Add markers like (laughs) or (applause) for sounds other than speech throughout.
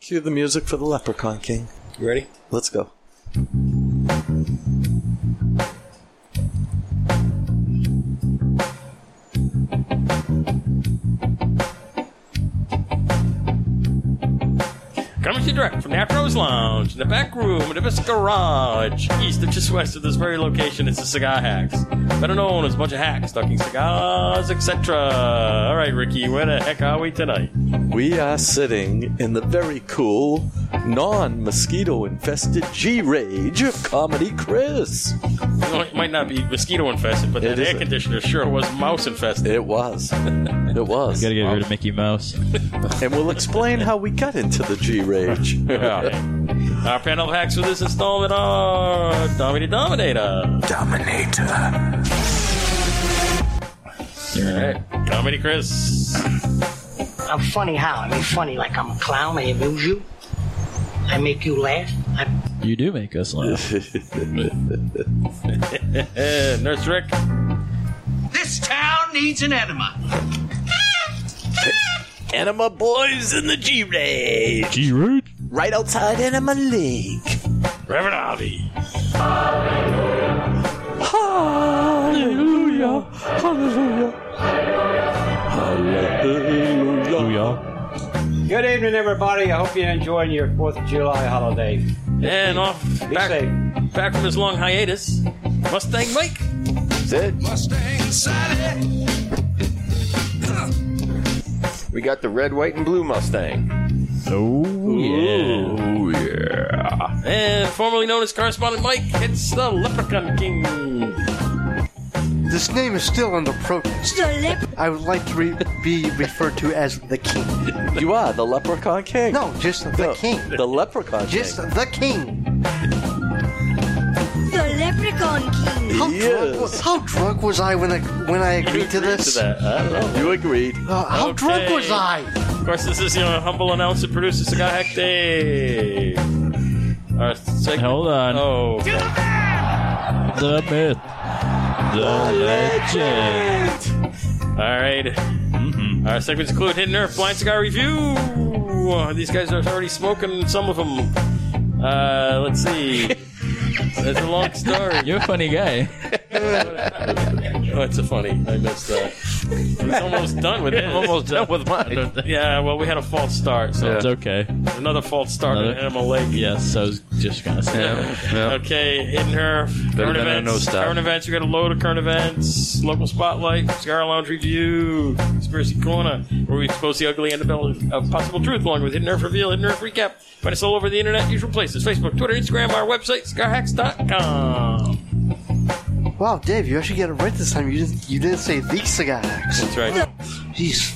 Cue the music for the Leprechaun King. You ready? Let's go. Coming to you direct from Napro's Lounge, in the back room of the Vista Garage, east of just west of this very location. It's the Cigar Hacks, better known as a bunch of hacks talking cigars, etc. All right, Ricky, where the heck are we tonight? We are sitting in the very cool, non mosquito infested G Rage of Comedy Chris. Well, It might not be mosquito infested, but It that air isn't. conditioner sure was mouse infested. It was. (laughs) It was. Gotta get rid of (laughs) Mickey Mouse. And we'll explain how we got into the G Rage. Okay. Our panel of hacks for this installment are Domini Dominator, (laughs) Dominator. Comedy Chris, (laughs) I'm funny how? I mean, funny like I'm a clown. I amuse you. I make you laugh. I, You do make us laugh. and Nurse Rick. This town needs an enema. Anima Boys in the G Rage. Gee, rude. Right outside Anima League. Reverend Avi. Hallelujah. Hallelujah. Hallelujah. Good evening, everybody. I hope you're enjoying your 4th of July holiday. And off back, safe. back from his long hiatus, Mustang Mike. That's it. Mustang Sally. We got the red, white, and blue Mustang. Oh, yeah. Oh yeah. And formerly known as Correspondent Mike, it's the Leprechaun King. This name is still under protest. I would like to re- be referred to as the king. You are the Leprechaun King. No, just the No, king. The Leprechaun Just King. the king. The Leprechaun King. How, He drunk, is. was, how drunk was I when I when I agreed to this? that. I don't know. You agreed. Uh, how Okay. drunk was I? Of course, this is your humble announcer, producer, Cigar Hack Day. Our segment. Hold on. Oh, The myth. The legend. all right. Mm-hmm. Our segments include Hidden Earth, Blind Cigar Review. These guys are already smoking some of them. Uh, let's see. That's a long story. You're a funny guy. Oh, it's a funny. I missed that. It's almost done (laughs) with it. almost done with mine. Yeah, well, we had a false start, so It's okay. another false start in Another- Animal Lake. Yes, I was just gonna say. (laughs) Okay, in her current than a events. no stop. current events. We got a load of current events. Local spotlight. Cigar Lounge review. Conspiracy Corner, where we expose the ugly and the bell of possible truth, along with hidden earth reveal, hidden earth recap. Find us all over the internet, usual places: Facebook, Twitter, Instagram, our website, cigarhacks.com. Wow, Dave, you actually got it right this time. You didn't you didn't say the cigar axe. That's right. Jeez.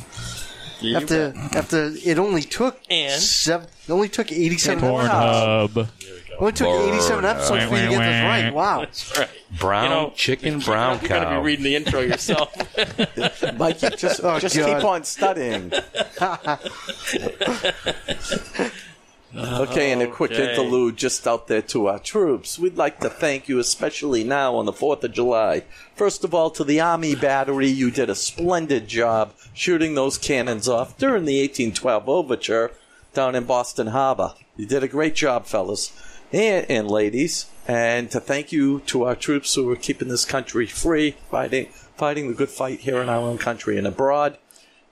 After after it only took And? seven, it only took eighty seven episodes. Pornhub. It only took eighty seven episodes for you to get this right. Wow. That's right. Brown You know, chicken, brown You're gonna cow. be reading the intro yourself. (laughs) Mike, you (laughs) just, Oh, just God. keep on studying. okay, and a quick Okay. interlude just out there to our troops. We'd like to thank you, especially now on the 4th of July. First of all, to the Army Battery, you did a splendid job shooting those cannons off during the 1812 overture down in Boston Harbor. You did a great job, fellas and, and ladies. And to thank you to our troops who are keeping this country free, fighting, fighting the good fight here in our own country and abroad.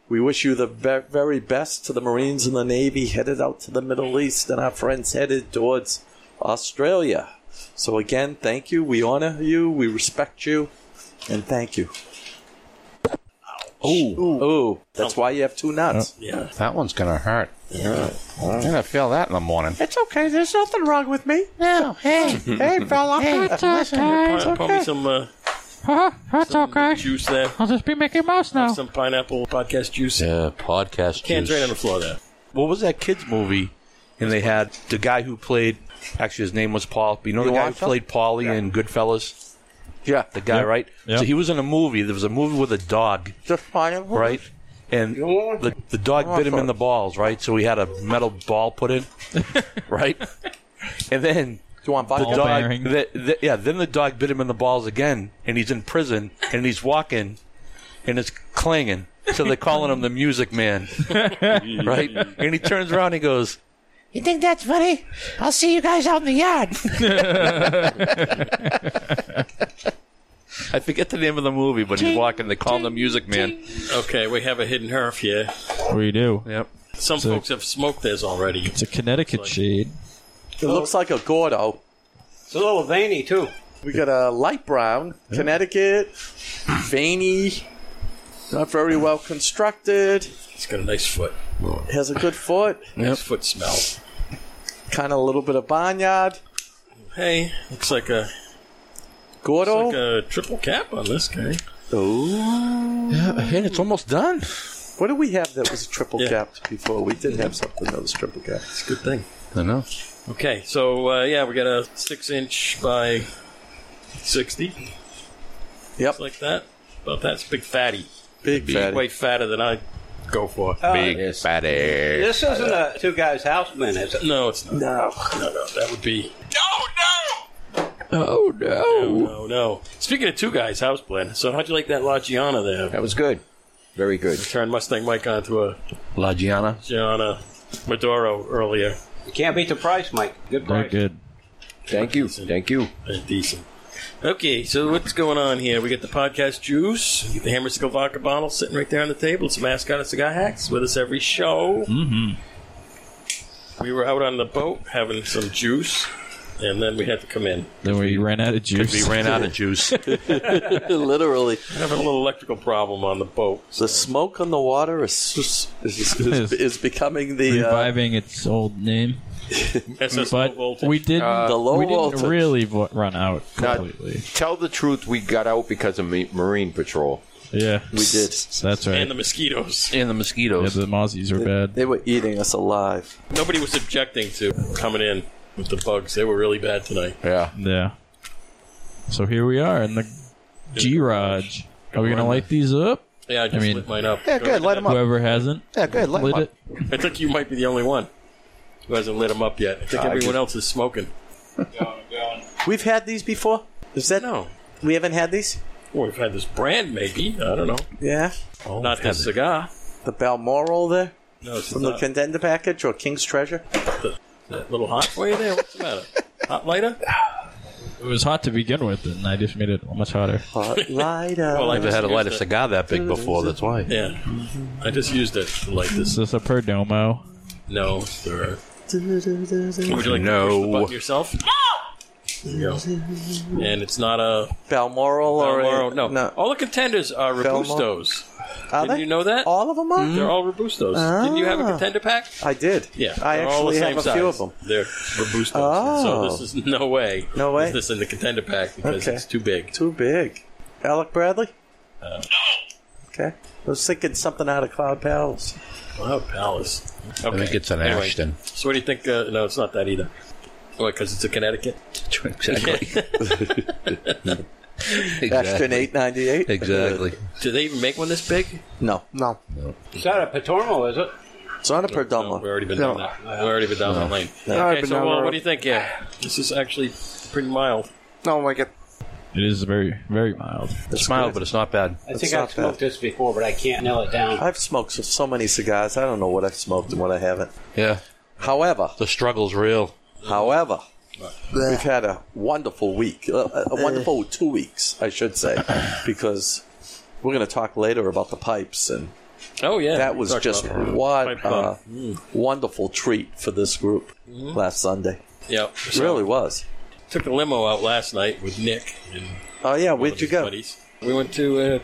We wish you the ve- very best to the Marines and the Navy headed out to the Middle East and our friends headed towards Australia. So, again, thank you. We honor you. We respect you. And thank you. Oh, oh, that's why you have two nuts. That one's gonna hurt. I'm gonna feel that in the morning. It's okay. There's nothing wrong with me. No, hey, Hey, fella. Pine- Pour me some. Uh, that's okay. Juice there. I'll just be Mickey Mouse now. Some pineapple podcast juice. Yeah, podcast. Cans juice. right on the floor there. What was that kids movie? And they had the guy who played. Actually, his name was Paul. You know the guy who Lawson? played Paulie in Goodfellas. Yeah. The guy, Yep. right? Yep. So he was in a movie. There was a movie with a dog, Just fine. right? And the, the dog bit him in the balls, right? So he had a metal ball put (laughs) in, right? And then Do you want the vodka? Ball dog, bearing. the, the, yeah. Then the dog bit him in the balls again, and he's in prison, and he's walking, and it's (laughs) clanging. So they're calling him the Music Man, right? And he turns around, and he goes, You think that's funny? I'll see you guys out in the yard. (laughs) I forget the name of the movie, but he's walking. They call him the Music Man. Okay, we have a hidden herf here. We do. Yep. Some So- folks have smoked theirs already. It's a Connecticut shade. It looks like a Gordo. It's a little veiny too. We got a light brown, Connecticut, veiny, not very well constructed. It's got a nice foot. Has a good foot. Nice foot smell. Kind of a little bit of barnyard. Hey, looks like a Gordo. like a triple cap on this guy. Oh. Yeah, man, it's almost done. What did we have that was triple Yeah. capped before? We did have something that was triple capped. It's a good thing. I know. Okay, so uh, yeah, we got a six inch by sixty. Yep, like that. About that's big fatty. Big, fatty. way fatter than I go for. Oh, Big it fatty. This isn't a two guys house man, is it? No, it's not. No, no, no. That would be Oh no, no, no. Speaking of two guys, house blend. So how'd you like that La Giana there? That was good. Very good. Turned Mustang Mike onto a La Gianna. Gianna Maduro earlier. You can't beat the price, Mike. Good price. good. Thank you. Thank you. Uh, Decent. Okay, so what's going on here? We got the podcast juice, we got the Hammer Sickle vodka bottle sitting right there on the table. It's a mascot of cigar hacks with us every show. Mm-hmm. Mm-hmm. We were out on the boat having some juice, and then we had to come in. Then we ran out of juice. we ran out of (laughs) juice. Literally, I'm having a little electrical problem on the boat. The smoke on the water is is, is, is, is becoming the uh, Reviving its old name. SS but we didn't. Uh, The low we didn't voltage. really vo- run out Now, completely. tell the truth, we got out because of ma- Marine Patrol. yeah, We did. That's right. And the mosquitoes. And the mosquitoes. Yeah, the mozzies are bad. They were eating us alive. Nobody was objecting to coming in with the bugs. They were really bad tonight. Yeah. Yeah. So here we are in the G Raj. Are we gonna light these up? Yeah, I just lit mine up. Yeah, good, light Light 'em up. Whoever hasn't. Yeah, good. light 'em lit up. it. I think you might be the only one who hasn't lit them up yet. I think Ah, I everyone just- else is smoking. We've had these before. Is that no? We haven't had these. Well, we've had this brand, maybe. I don't know. Yeah. Not this cigar. The Balmoral there. No, it's from not. the contender package or King's Treasure. That little hot for you there. What's the matter? Hot lighter? It was hot to begin with, and I just made it much hotter. (laughs) Hot lighter. Well, I Never just had a light a used it. cigar that big before. That's why. Yeah. I just used it to light this. Is this a Perdomo? No, sir. Would Would you like to push the button yourself? There you go. And it's not a Balmoral, Balmoral. or a, no. all the contenders are Belmo- robustos. Are Didn't they? you know that? All Ah. of them are. They're all robustos. Didn't you have a contender pack? I did. Mm-hmm. Yeah, I they're all the actually have same a few of them. size. They're robustos. Oh. So this is no way. No way. Is this in the contender pack because Okay. it's too big. Too big. Alec Bradley. Uh, Okay. I was thinking something out of Cloud Palace. Cloud Palace. Okay. think it's an Anyway, Ashton. So what do you think? Uh, no, it's not that either. What? Because it's a Connecticut. Exactly. Ashton eight ninety eight. Exactly. do they even make one this big? No. No. It's not a Patormo, is it? It's not a Perdomo. We've already been down that. We've already been down No. that lane. No. I've Okay. been So down the well, what road. do you think? Yeah, this is actually pretty mild. No, I like it. It is very, very mild. It's mild, but it's not bad. I think I've smoked this before, but I can't nail it down. I've smoked so, so many cigars. I don't know what I've smoked and what I haven't. Yeah. However, the struggle's real. However, we've had a wonderful week, a, a a wonderful two weeks, I should say, because we're going to talk later about the pipes and. Oh yeah, that we was talked just about it. Pipe what bomb. a wonderful treat for this group Mhm. last Sunday. Yeah, It really was. Took the limo out last night with Nick and Oh yeah, where'd you go? Buddies. We went to uh,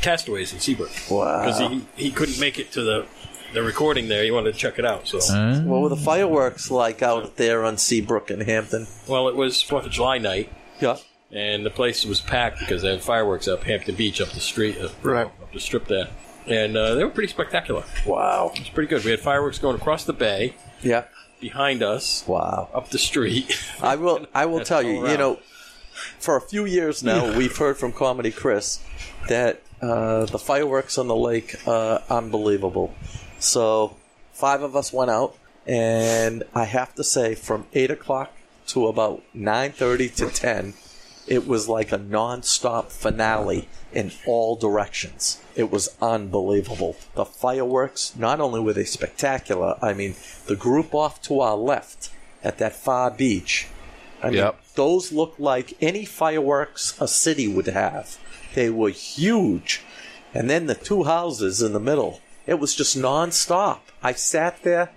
Castaways in Seabrook. Wow. Because he, he couldn't make it to the the recording there. He wanted to check it out. So What were the fireworks like out there on Seabrook and Hampton? well, it was Fourth of July night. Yeah. And the place was packed because they had fireworks up Hampton Beach, up the street, uh, Right. up the strip there, and uh, they were pretty spectacular. Wow, it was pretty good. We had fireworks going across the bay. Yeah. Behind us. Wow. Up the street. (laughs) I will. I will tell you. all You know, for a few years now, we've heard from Comedy Chris that uh, the fireworks on the lake are unbelievable. So five of us went out, and I have to say, from eight o'clock to about nine thirty to ten, It was like a non-stop finale in all directions. It was unbelievable. The fireworks, not only were they spectacular, I mean, the group off to our left at that far beach, I mean, Yep. those looked like any fireworks a city would have. They were huge. And then the two houses in the middle, it was just nonstop. I sat there,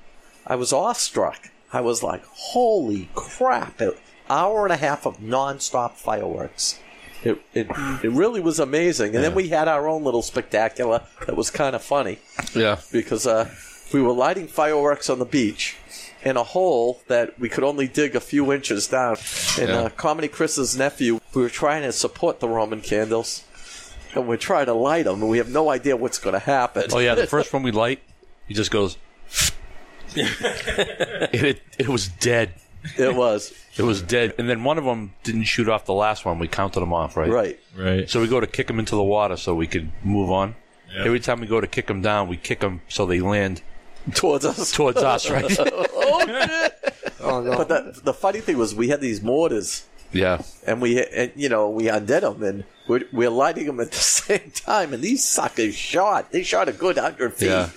I was awestruck. I was like, holy crap, an hour and a half of nonstop fireworks. It, it, it really was amazing. And then we had our own little spectacular that was kind of funny. Yeah. Because uh, we were lighting fireworks on the beach in a hole that we could only dig a few inches down. And Yeah. uh, Comedy Chris's nephew, we were trying to support the Roman candles. And we're trying to light them, and we have no idea what's going to happen. Oh yeah, the first one we light, he just goes. (laughs) and it it was dead. It was. It was dead. And then one of them didn't shoot off the last one. We counted them off, right? Right. Right. So we go to kick them into the water so we could move on. Every time we go to kick them down, we kick them so they land towards us. Towards us, right? oh, shit. But the, the funny thing was, we had these mortars. Yeah. and we and, you know we undid them and we're, we're lighting them at the (laughs) same time and these suckers shot they shot a good hundred feet Yeah.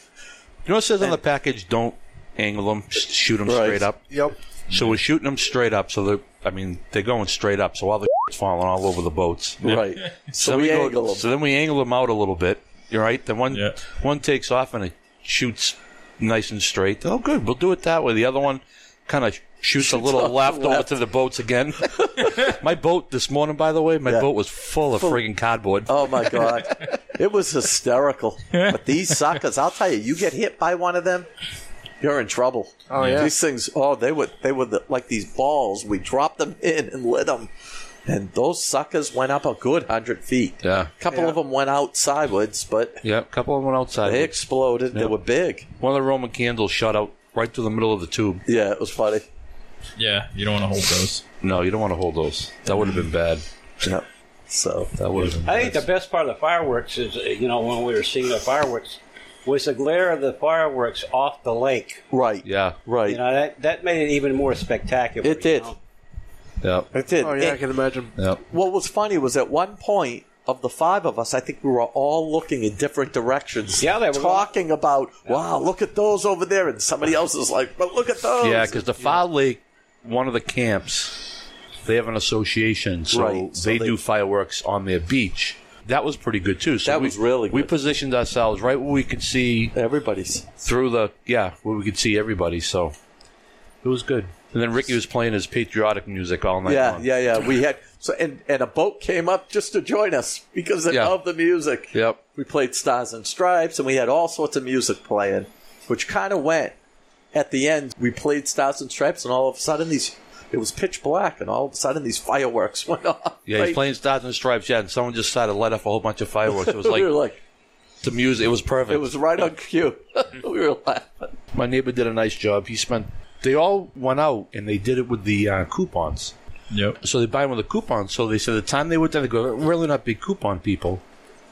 You know what it says on the package? Don't angle them, sh- shoot them straight up. Yep. So we're shooting them straight up. So they're, I mean, they're going straight up. So all the (laughs) is falling all over the boats. Right. So So, then we we go- angle 'em. So then we angle them out a little bit. You're right. The one one takes off and it shoots nice and straight. Oh, good. We'll do it that way. The other one kind of shoots a little off the left, over left. to the boats again. (laughs) my boat this morning, by the way, my boat was full of Full. friggin' cardboard. oh my god it was hysterical but these suckers I'll tell you you get hit by one of them you're in trouble Oh, yeah. these things oh they were they were the, like these balls we dropped them in and lit them and those suckers went up a good hundred feet Yeah. a couple of them went out sideways but Yeah, a couple of them went outside. They exploded. They were big. One of the Roman candles shot out right through the middle of the tube. Yeah, it was funny. Yeah, you don't want to hold those. No, you don't want to hold those. That would have been bad. No. So that would have been. I think the best part of the fireworks is, uh, you know, when we were seeing the fireworks, was the glare of the fireworks off the lake. Right. Yeah. Right. You know, that, that made it even more spectacular. It did. Yeah. It did. Oh, yeah, I It- can imagine. Yep. What was funny was at one point of the five of us, I think we were all looking in different directions. Yeah, they were talking about, "Wow, look at those over there," and somebody else is like, "But look at those." Yeah, because the File Lake, one of the camps, they have an association, so Right, so they, they- do fireworks on their beach. That was pretty good too. So That we, was really We good. positioned ourselves right where we could see everybody's through the yeah where we could see everybody. So it was good. And then Ricky was playing his patriotic music all night yeah, long. yeah, yeah. We had so and and a boat came up just to join us because of, Yeah. of the music. Yep. We played Stars and Stripes, and we had all sorts of music playing, which kind of went at the end. We played Stars and Stripes, and all of a sudden these it was pitch black, and all of a sudden these fireworks (laughs) went off. Yeah, right? (laughs) he's playing Stars and Stripes. Yeah, and someone just decided to light off a whole bunch of fireworks. It was We like, were like- the music. It was perfect. It was right on cue. (laughs) we were laughing. My neighbor did a nice job. He spent. They all went out and they did it with the uh, coupons. Yep. So they buy them with the coupons. So they said the time they went down, they go, "We're really not big coupon people.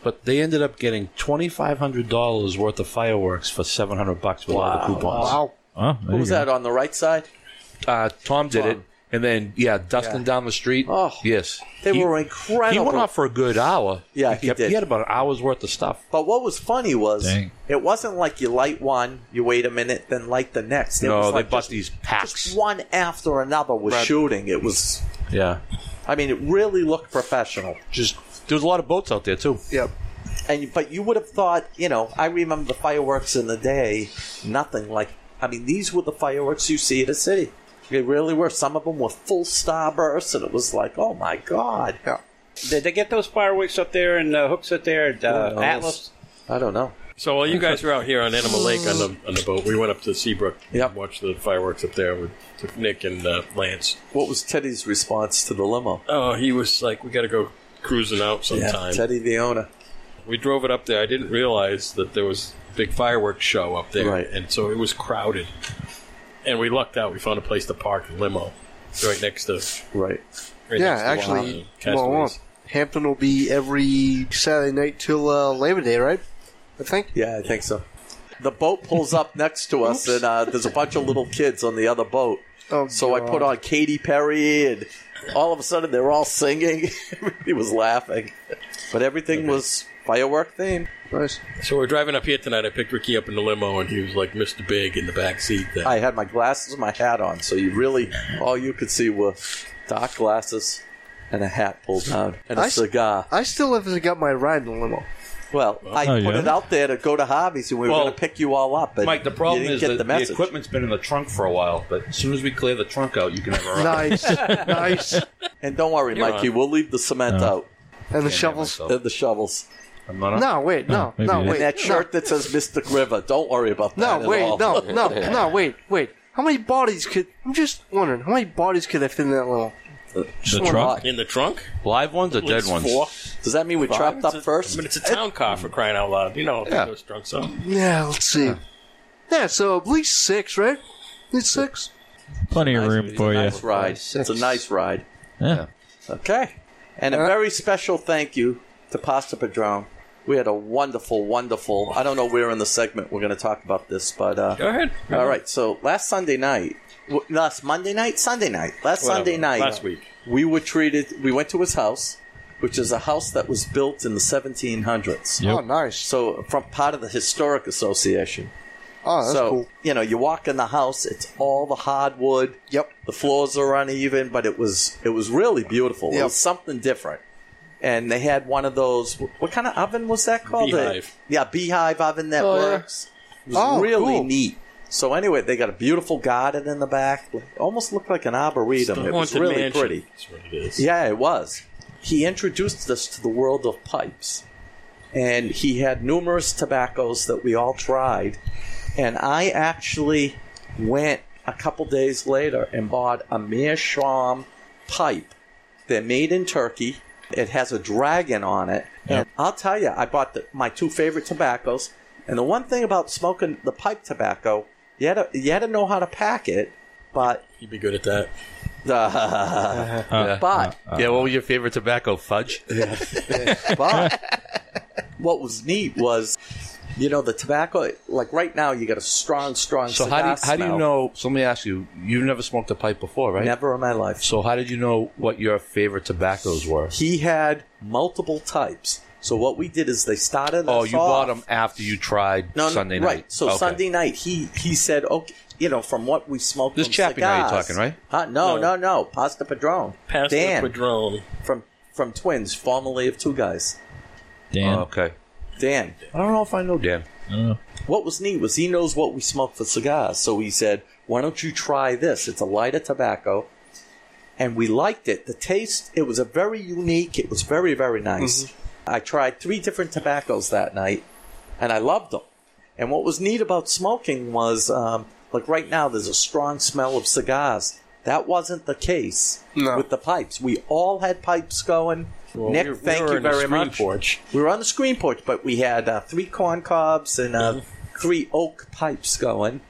But they ended up getting twenty five hundred dollars worth of fireworks for seven hundred bucks with all the coupons. Who was that on the right side? Uh, Tom did it, and then yeah, Dustin down the street. Oh, yes, They He- were He incredible. went off for a good hour. Yeah, he, he kept, did. he had about an hour's worth of stuff. But what was funny was Dang. it wasn't like you light one, you wait a minute, then light the next. It no, was they like bust these packs. just one after another was Right. shooting. It was, yeah, I mean, it really looked professional. just there was a lot of boats out there too. Yep. And but you would have thought, you know, I remember the fireworks in the day, nothing like. I mean, these were the fireworks you see in a city. They really were. Some of them were full starbursts, and it was like, oh my god. Yeah. Did they get those fireworks up there and uh, hooks up there at uh, know. Atlas? I don't know. So while you guys were out here on Animal Lake on the on the boat, we went up to Seabrook and watched the fireworks up there with, with Nick and uh, Lance. What was Teddy's response to the limo? Oh, he was like, "We got to go cruising out sometime." Yeah, Teddy the owner. we drove it up there. I didn't realize that there was a big fireworks show up there, Right. and so it was crowded. And we lucked out. We found a place to park the limo right next to right. next yeah, to actually, Wild well, well, Castaways. Hampton will be every Saturday night till uh, Labor Day, right? I think. Yeah, I think so. The boat pulls up next to us, and uh, there's a bunch of little kids on the other boat. Oh, so I put on Katy Perry and all of a sudden they're all singing. (laughs) Everybody was laughing, but everything was firework themed. Nice. So we're driving up here tonight. I picked Ricky up in the limo, and he was like Mr. Big in the back seat. There. I had my glasses and my hat on, so you really all you could see were dark glasses and a hat pulled down and a I s- cigar. I still haven't got my ride in the limo. Well, I Oh, put yeah? it out there to go to hobbies, and we were Well, going to pick you all up. But Mike, the you problem didn't is get that the the, message. equipment's been in the trunk for a while, but as soon as we clear the trunk out, you can have a ride. (laughs) nice. And don't worry, You're Mikey, on. we'll leave the cement No. out. And the shovels. And the shovels. I'm on- No, wait, no, No, no, maybe it wait, And that no. shirt that says Mystic River. Don't worry about No, that. at wait, all. no, (laughs) no, no, wait, wait. How many bodies could? I'm just wondering how many bodies could I fit in that limo? Just one lot. in the trunk. Live ones or At least dead ones? Four. Does that mean we chopped up first? I mean, it's a town car for crying out loud. You know, Yeah. yeah. those drunks up. Yeah, let's see. Yeah. so at least six, right? At least six. Plenty of room for you. Nice ride. It's a nice ride. Yeah. Okay. And a very special thank you to Pasta Padron. We had a wonderful, wonderful. I don't know where in the segment we're going to talk about this, but uh, Go ahead. All right. So last Sunday night, w- last Monday night, Sunday night, last Whatever, Sunday night, last week. we were treated. We went to his house, which is a house that was built in the 1700s. Yep. Oh, nice. So from part of the historic association. Oh, that's so, cool. You know, you walk in the house; it's all the hardwood. Yep. The floors are uneven, but it was it was really beautiful. It Yep. was something different. And they had one of those. What kind of oven was that called? A- Beehive. yeah, beehive oven that Oh, yeah. works. It was Oh, really cool. neat. So anyway, they got a beautiful garden in the back. It Almost looked like an arboretum. The it was haunted really mansion. pretty. That's what it is. Yeah, it was. He introduced us to the world of pipes. And he had numerous tobaccos that we all tried. And I actually went a couple days later and bought a meerschaum pipe. They're made in Turkey. It has a dragon on it. And I'll tell you, I bought the, my two favorite tobaccos. And the one thing about smoking the pipe tobacco, you had to, you had to know how to pack it, but. You'd be good at that. Uh, but yeah, what was your favorite tobacco? Fudge? but (laughs) what was neat was, you know, the tobacco. Like right now, you got a strong, strong. So cigar how do, you, how do you smell. know? So let me ask you. You've never smoked a pipe before, right? Never in my life. So how did you know what your favorite tobaccos were? He had multiple types. So what we did is they started. Oh, us you off- bought them after you tried No, no, Sunday night. Right. So Okay. Sunday night, he he said, okay, you know, from what we smoked. This from Chappie now you're cigars- talking, right? Huh? No, no, No. no, Pasta Padron. Pasta Dan Padron. from from Twins, formerly of Two Guys. Dan. Oh, okay. Dan. I don't know if I know Dan. What was neat was he knows what we smoke for cigars, so he said, "Why don't you try this? It's a lighter tobacco." And we liked it. The taste, it was a very unique. It was very very nice. I tried three different tobaccos that night, and I loved them. And what was neat about smoking was, um, like right now, there's a strong smell of cigars. That wasn't the case with the pipes. We all had pipes going. Well, Nick, we were- we thank were you in the very screen much. porch. We were on the screen porch, but we had uh, three corn cobs and uh, Mm-hmm. three oak pipes going.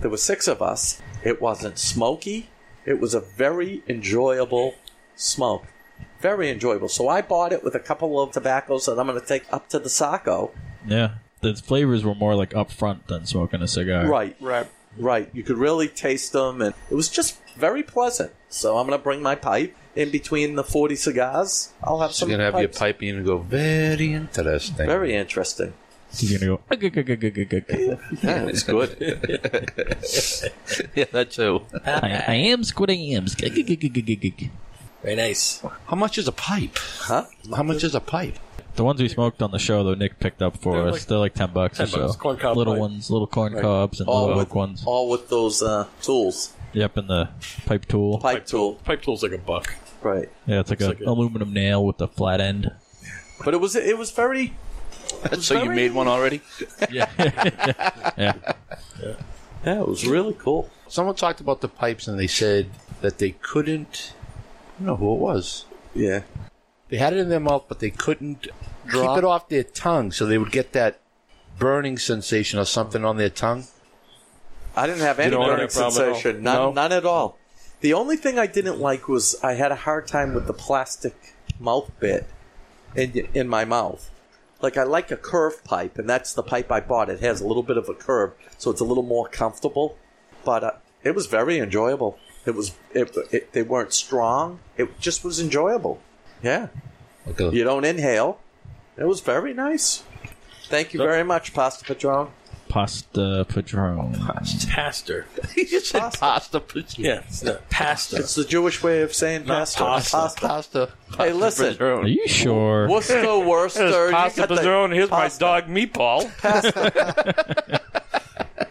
There were six of us. It wasn't smoky. It was a very enjoyable smoke. Very enjoyable. So I bought it with a couple of tobaccos that I'm going to take up to the Saco. Yeah. The flavors were more like up front than smoking a cigar. Right. Right. Right. You could really taste them, and it was just very pleasant. So I'm going to bring my pipe in between the 40 cigars. I'll have So some. you're gonna have pipes. your pipe in and go. Very interesting. Very interesting. He's gonna go. Yeah, it's good. (laughs) yeah, that too. I, I am squid. I am squid. Very nice. How much is a pipe? Huh? How much is a pipe? The ones we smoked on the show, though, Nick picked up for They're us. like- They're like ten bucks or 10 bucks, so. corn cob little pipe. ones, little corn Right. cobs, and all little with oak ones. all with those uh, tools. Yep, and the pipe tool. Pipe, tool. Pipe tool's like a buck. Right. Yeah, it's like an Looks like a- aluminum nail with a flat end. But it was it was very. so you made one already? yeah. yeah. Yeah, it was really cool. Someone talked about the pipes and they said that they couldn't. I don't know who it was. Yeah. They had it in their mouth, but they couldn't Draw? keep it off their tongue, so they would get that burning sensation or something on their tongue. I didn't have You any don't have burning that problem at all? sensation. None, No? none at all. The only thing I didn't like was I had a hard time with the plastic mouth bit in in my mouth. Like I like a curved pipe, and that's the pipe I bought. It has a little bit of a curve, so it's a little more comfortable. But uh, it was very enjoyable. It was it, it, they weren't strong. It just was enjoyable. Yeah. You don't inhale. It was very nice. Thank you very much, Pasta Patron. Pasta Padron. (laughs) Pastor. He just said pasta. Yeah, it's not pasta. It's the Jewish way of saying Not pasta. pasta. pasta. Hey, listen. Are you sure? What's the (laughs) worst? There's Sir? You pasta got the padron. Here's my pasta. dog meatball.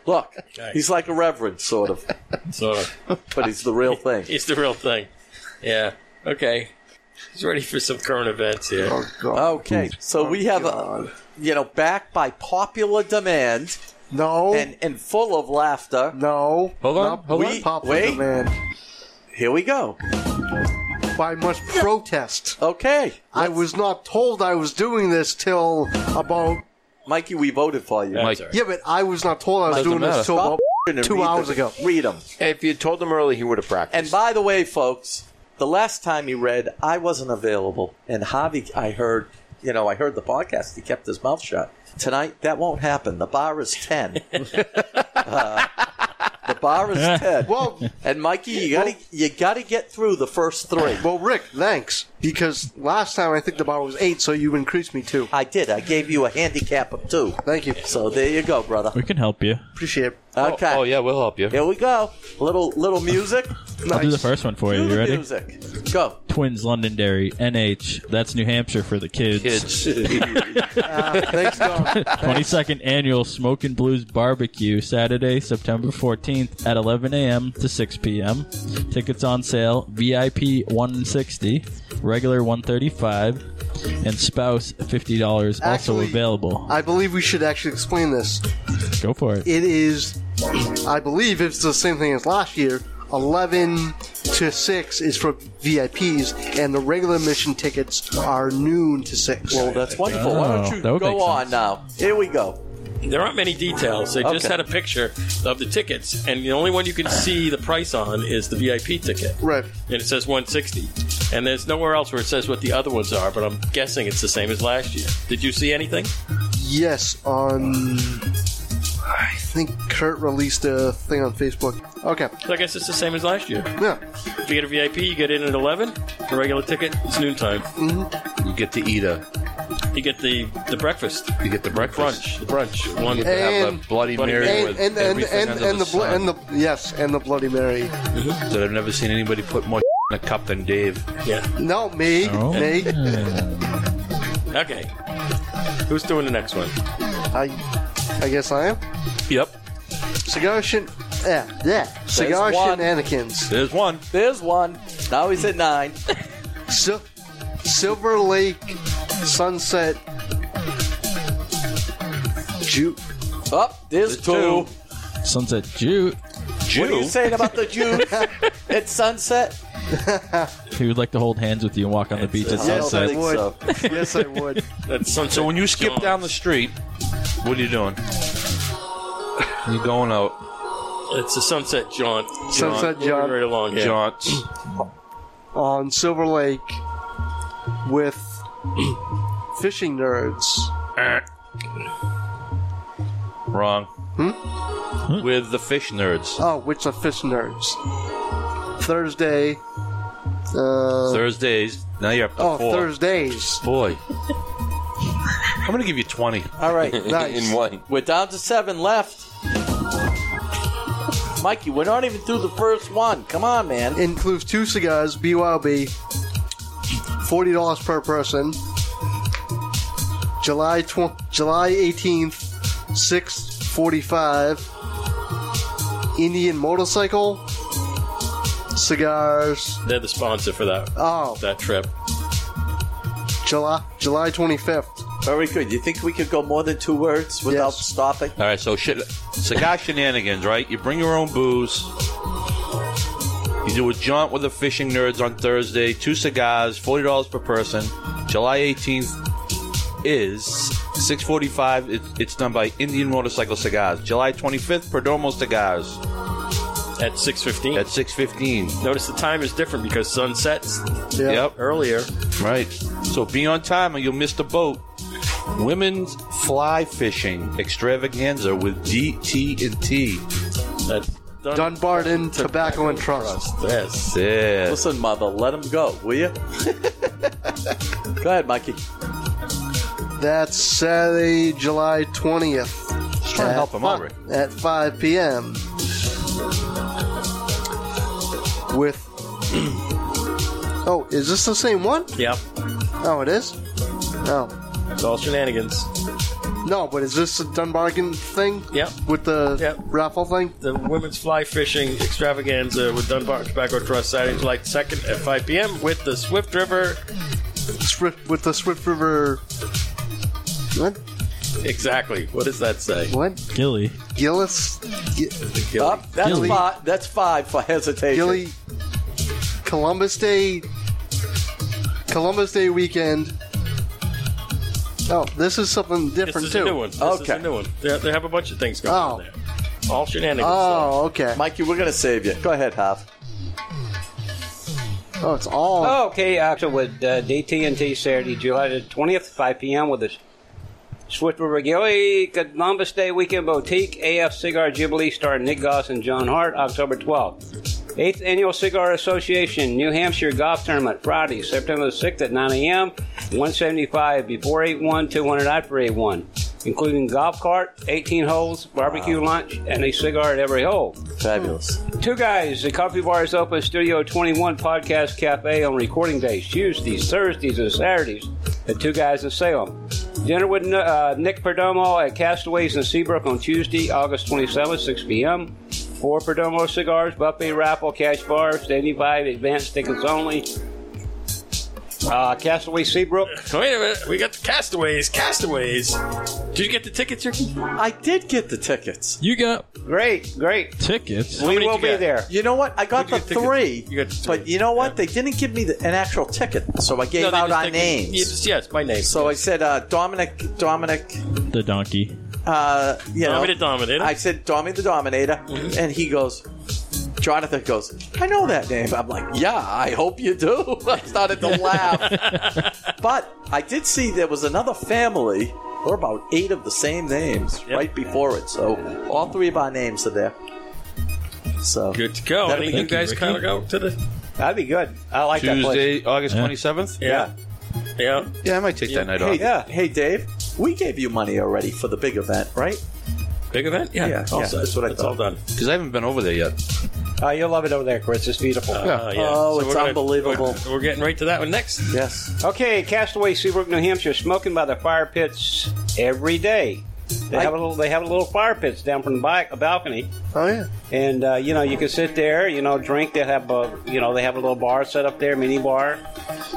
Look, he's like a reverend, sort of. sort of. But he's the real thing. It's the real thing. Yeah. Okay. He's ready for some current events here. Oh, Okay, so we have a, you know, back by popular demand. No. And and full of laughter. No. Hold on, hold on. Popular demand. Here we go. By much protest. Okay. I was not told I was doing this till about. Mikey, we voted for you. Mike. all right. Yeah, but I was not told I was doing this till about two hours ago. Read them. If you told him early, he would have practiced. And by the way, folks, the last time he read, I wasn't available, and Javi, I heard, you know, I heard the podcast. He kept his mouth shut. Tonight, that won't happen. The bar is ten. (laughs) Uh, the bar is (laughs) ten. Well, and Mikey, you gotta you gotta get through the first three. Well, Rick, thanks because last time I think the bar was eight, so you increased me two. I did. I gave you a handicap of two. Thank you. So there you go, brother. We can help you. Appreciate it. Okay. Oh, yeah, we'll help you. Here we go. Little little music. I'll do the first one for you. Do You the ready? Music. (laughs) Go. Twins, Londonderry, NH. That's New Hampshire for the kids. (laughs) (laughs) thanks, Don. 22nd annual Smoke and Blues Barbecue, Saturday, September 14th at 11 a.m. to 6 p.m. Tickets on sale VIP 160, regular 135, and spouse $50 also Actually- available. I believe we should actually explain this. Go for it. It is, I believe, it's the same thing as last year. Eleven to six is for VIPs, and the regular mission tickets are noon to six. Well, that's wonderful. Why don't you Oh, that would go make on now? Here we go. There aren't many details. They just Okay. had a picture of the tickets, and the only one you can see the price on is the VIP ticket. Right. And it says 160. And there's nowhere else where it says what the other ones are, but I'm guessing it's the same as last year. Did you see anything? Yes, on. I think Kurt released a thing on Facebook. Okay. So I guess it's the same as last year. Yeah. If you get a VIP, you get in at 11. The regular ticket, it's noontime. You get to eat a. You get the, the breakfast. You get the breakfast. Brunch, the brunch. One You get to have And- the Bloody Bloody Mary And with and and everything and, under and the, the blo- sun. and the yes and the Bloody Mary. that I've never seen anybody put more (laughs) in a cup than Dave. Yeah. No, me, Oh. me. Okay. Who's doing the next one? I, I guess I am. Yep. Cigar shin, yeah, yeah. Cigar one. shenanigans. There's one. There's one. Now he's at nine. Sil- Silver Lake Sunset. Ju- Up. Oh, there's two. Sunset Jute. What are you Jew. saying about the Jews at sunset? He would like to hold hands with you and walk on the beach at I don't sunset. think would. so. (laughs) yes, I would. That's So when you skip Jones. down the street, what are you doing? (laughs) You're going out. It's a sunset jaunt. Sunset Moving jaunt. Right along here. Jaunts. (clears throat) on Silver Lake with (clears throat) fishing nerds. Eh. Wrong. With the fish nerds. Oh, which are fish nerds? Thursday. Uh, Thursdays. Now you're up to oh, four. Thursdays. Boy. (laughs) I'm going to give you 20. All (laughs) right. Nice. in one. We're down to seven left. Mikey, we're not even through the first one. Come on, man. Includes two cigars, BYOB, forty dollars per person. July tw- July eighteenth, six forty-five. Indian motorcycle cigars. They're the sponsor for that Oh, that trip. July July twenty-fifth. Very good. You think we could go more than two words without Yes. stopping? All right, so shit, cigar shenanigans, right? You bring your own booze. You do a jaunt with the fishing nerds on Thursday. Two cigars, forty dollars per person. July eighteenth is six forty-five. It, it's done by Indian Motorcycle Cigars. July twenty-fifth, Perdomo Cigars At 6.15. at six fifteen. Notice the time is different because sunsets Yeah. Yep, earlier. right. So be on time, or you'll miss the boat. Women's fly fishing extravaganza with DT and T. That, Dunbarton, Tobacco and Trust. That's it. Listen, mother, let him go, will (laughs) you? go ahead, Mikey. That's Saturday, July 20th. Just trying to help him out, Rick. At 5 p.m. With. (clears throat) oh, is this the same one? Yeah. Oh, it is? No. It's all shenanigans. No, but is this the Dunbarton thing? Yep. With the raffle thing? The women's fly fishing extravaganza with Dunbar Tobacco Trust Saturday, July 2nd at 5 p.m. with the Swift River. Swift, with the Swift River. What? Exactly. What does that say? What? Gilly. Gillis. Gi- Up, that's Gilly. five. That's five for hesitation. Gilly. Columbus Day. Columbus Day weekend. Oh, this is something different This is too. a new one. This is a new one. They, they have a bunch of things going on Oh. there. All shenanigans. Oh, okay. Mikey, we're gonna save you. Go ahead, Half. Oh, it's all. Oh, okay. Uh, so with uh, DTNT Saturday, July the 20th, 5 p.m. with the Swift River Gilly Columbus Day Weekend Boutique AF Cigar Jubilee starring Nick Goss and John Hart, October 12th. Eighth Annual Cigar Association New Hampshire Golf Tournament, Friday, September 6th at 9 a.m., 175 before 81, 200 after 81, including golf cart, 18 holes, barbecue lunch, and a cigar at every hole. Fabulous. Two guys, the coffee bar is open, Studio 21 Podcast Cafe on recording days, Tuesdays, Thursdays, and Saturdays. The two guys in Salem. Dinner with uh, Nick Perdomo at Castaways in Seabrook on Tuesday, August 27, 6 p.m. Four Perdomo cigars, buffet raffle, cash bar, 75 advanced tickets only. Uh, Castaway Seabrook. Wait a minute. We got the castaways. Castaways. Did you get the tickets, Ricky? I did get the tickets. You got great, great tickets. We will be there. You know what? I got the three, but you know what? They didn't give me the, an actual ticket, so I gave No, they out just our take me- names. Yeah, just- yes, my name. So I said uh, Dominic, Dominic, The donkey. uh, you Dommy know, the Dominator. Mm-hmm. I said Dommy the Dominator, and he goes, Jonathan goes, I know that name. I'm like, yeah, I hope you do. (laughs) I started to (laughs) laugh, but I did see there was another family. Or about eight of the same names right before it, so all three of our names are there. So good to go. I That'd think be- you guys Ricky. kind of go to the. That'd be good. I like Tuesday, August twenty seventh. Yeah. Yeah. Yeah, I might take that night hey, off. Yeah. Hey, Dave, we gave you money already for the big event, right? Big event? Yeah. Yeah, All yeah, set. that's what I It's all thought. done. Because I haven't been over there yet. Oh, you'll love it over there, Chris. It's beautiful. Uh, yeah. Oh, So it's we're gonna- unbelievable. We're, we're getting right to that one next. Yes. Okay, Castaway Seabrook, New Hampshire, smoking by the fire pits every day. They have a little. They have a little fire pits down from the bi- a balcony, Oh yeah. and uh, you know you can sit there. You know, drink. They have a. You know, they have a little bar set up there, mini bar.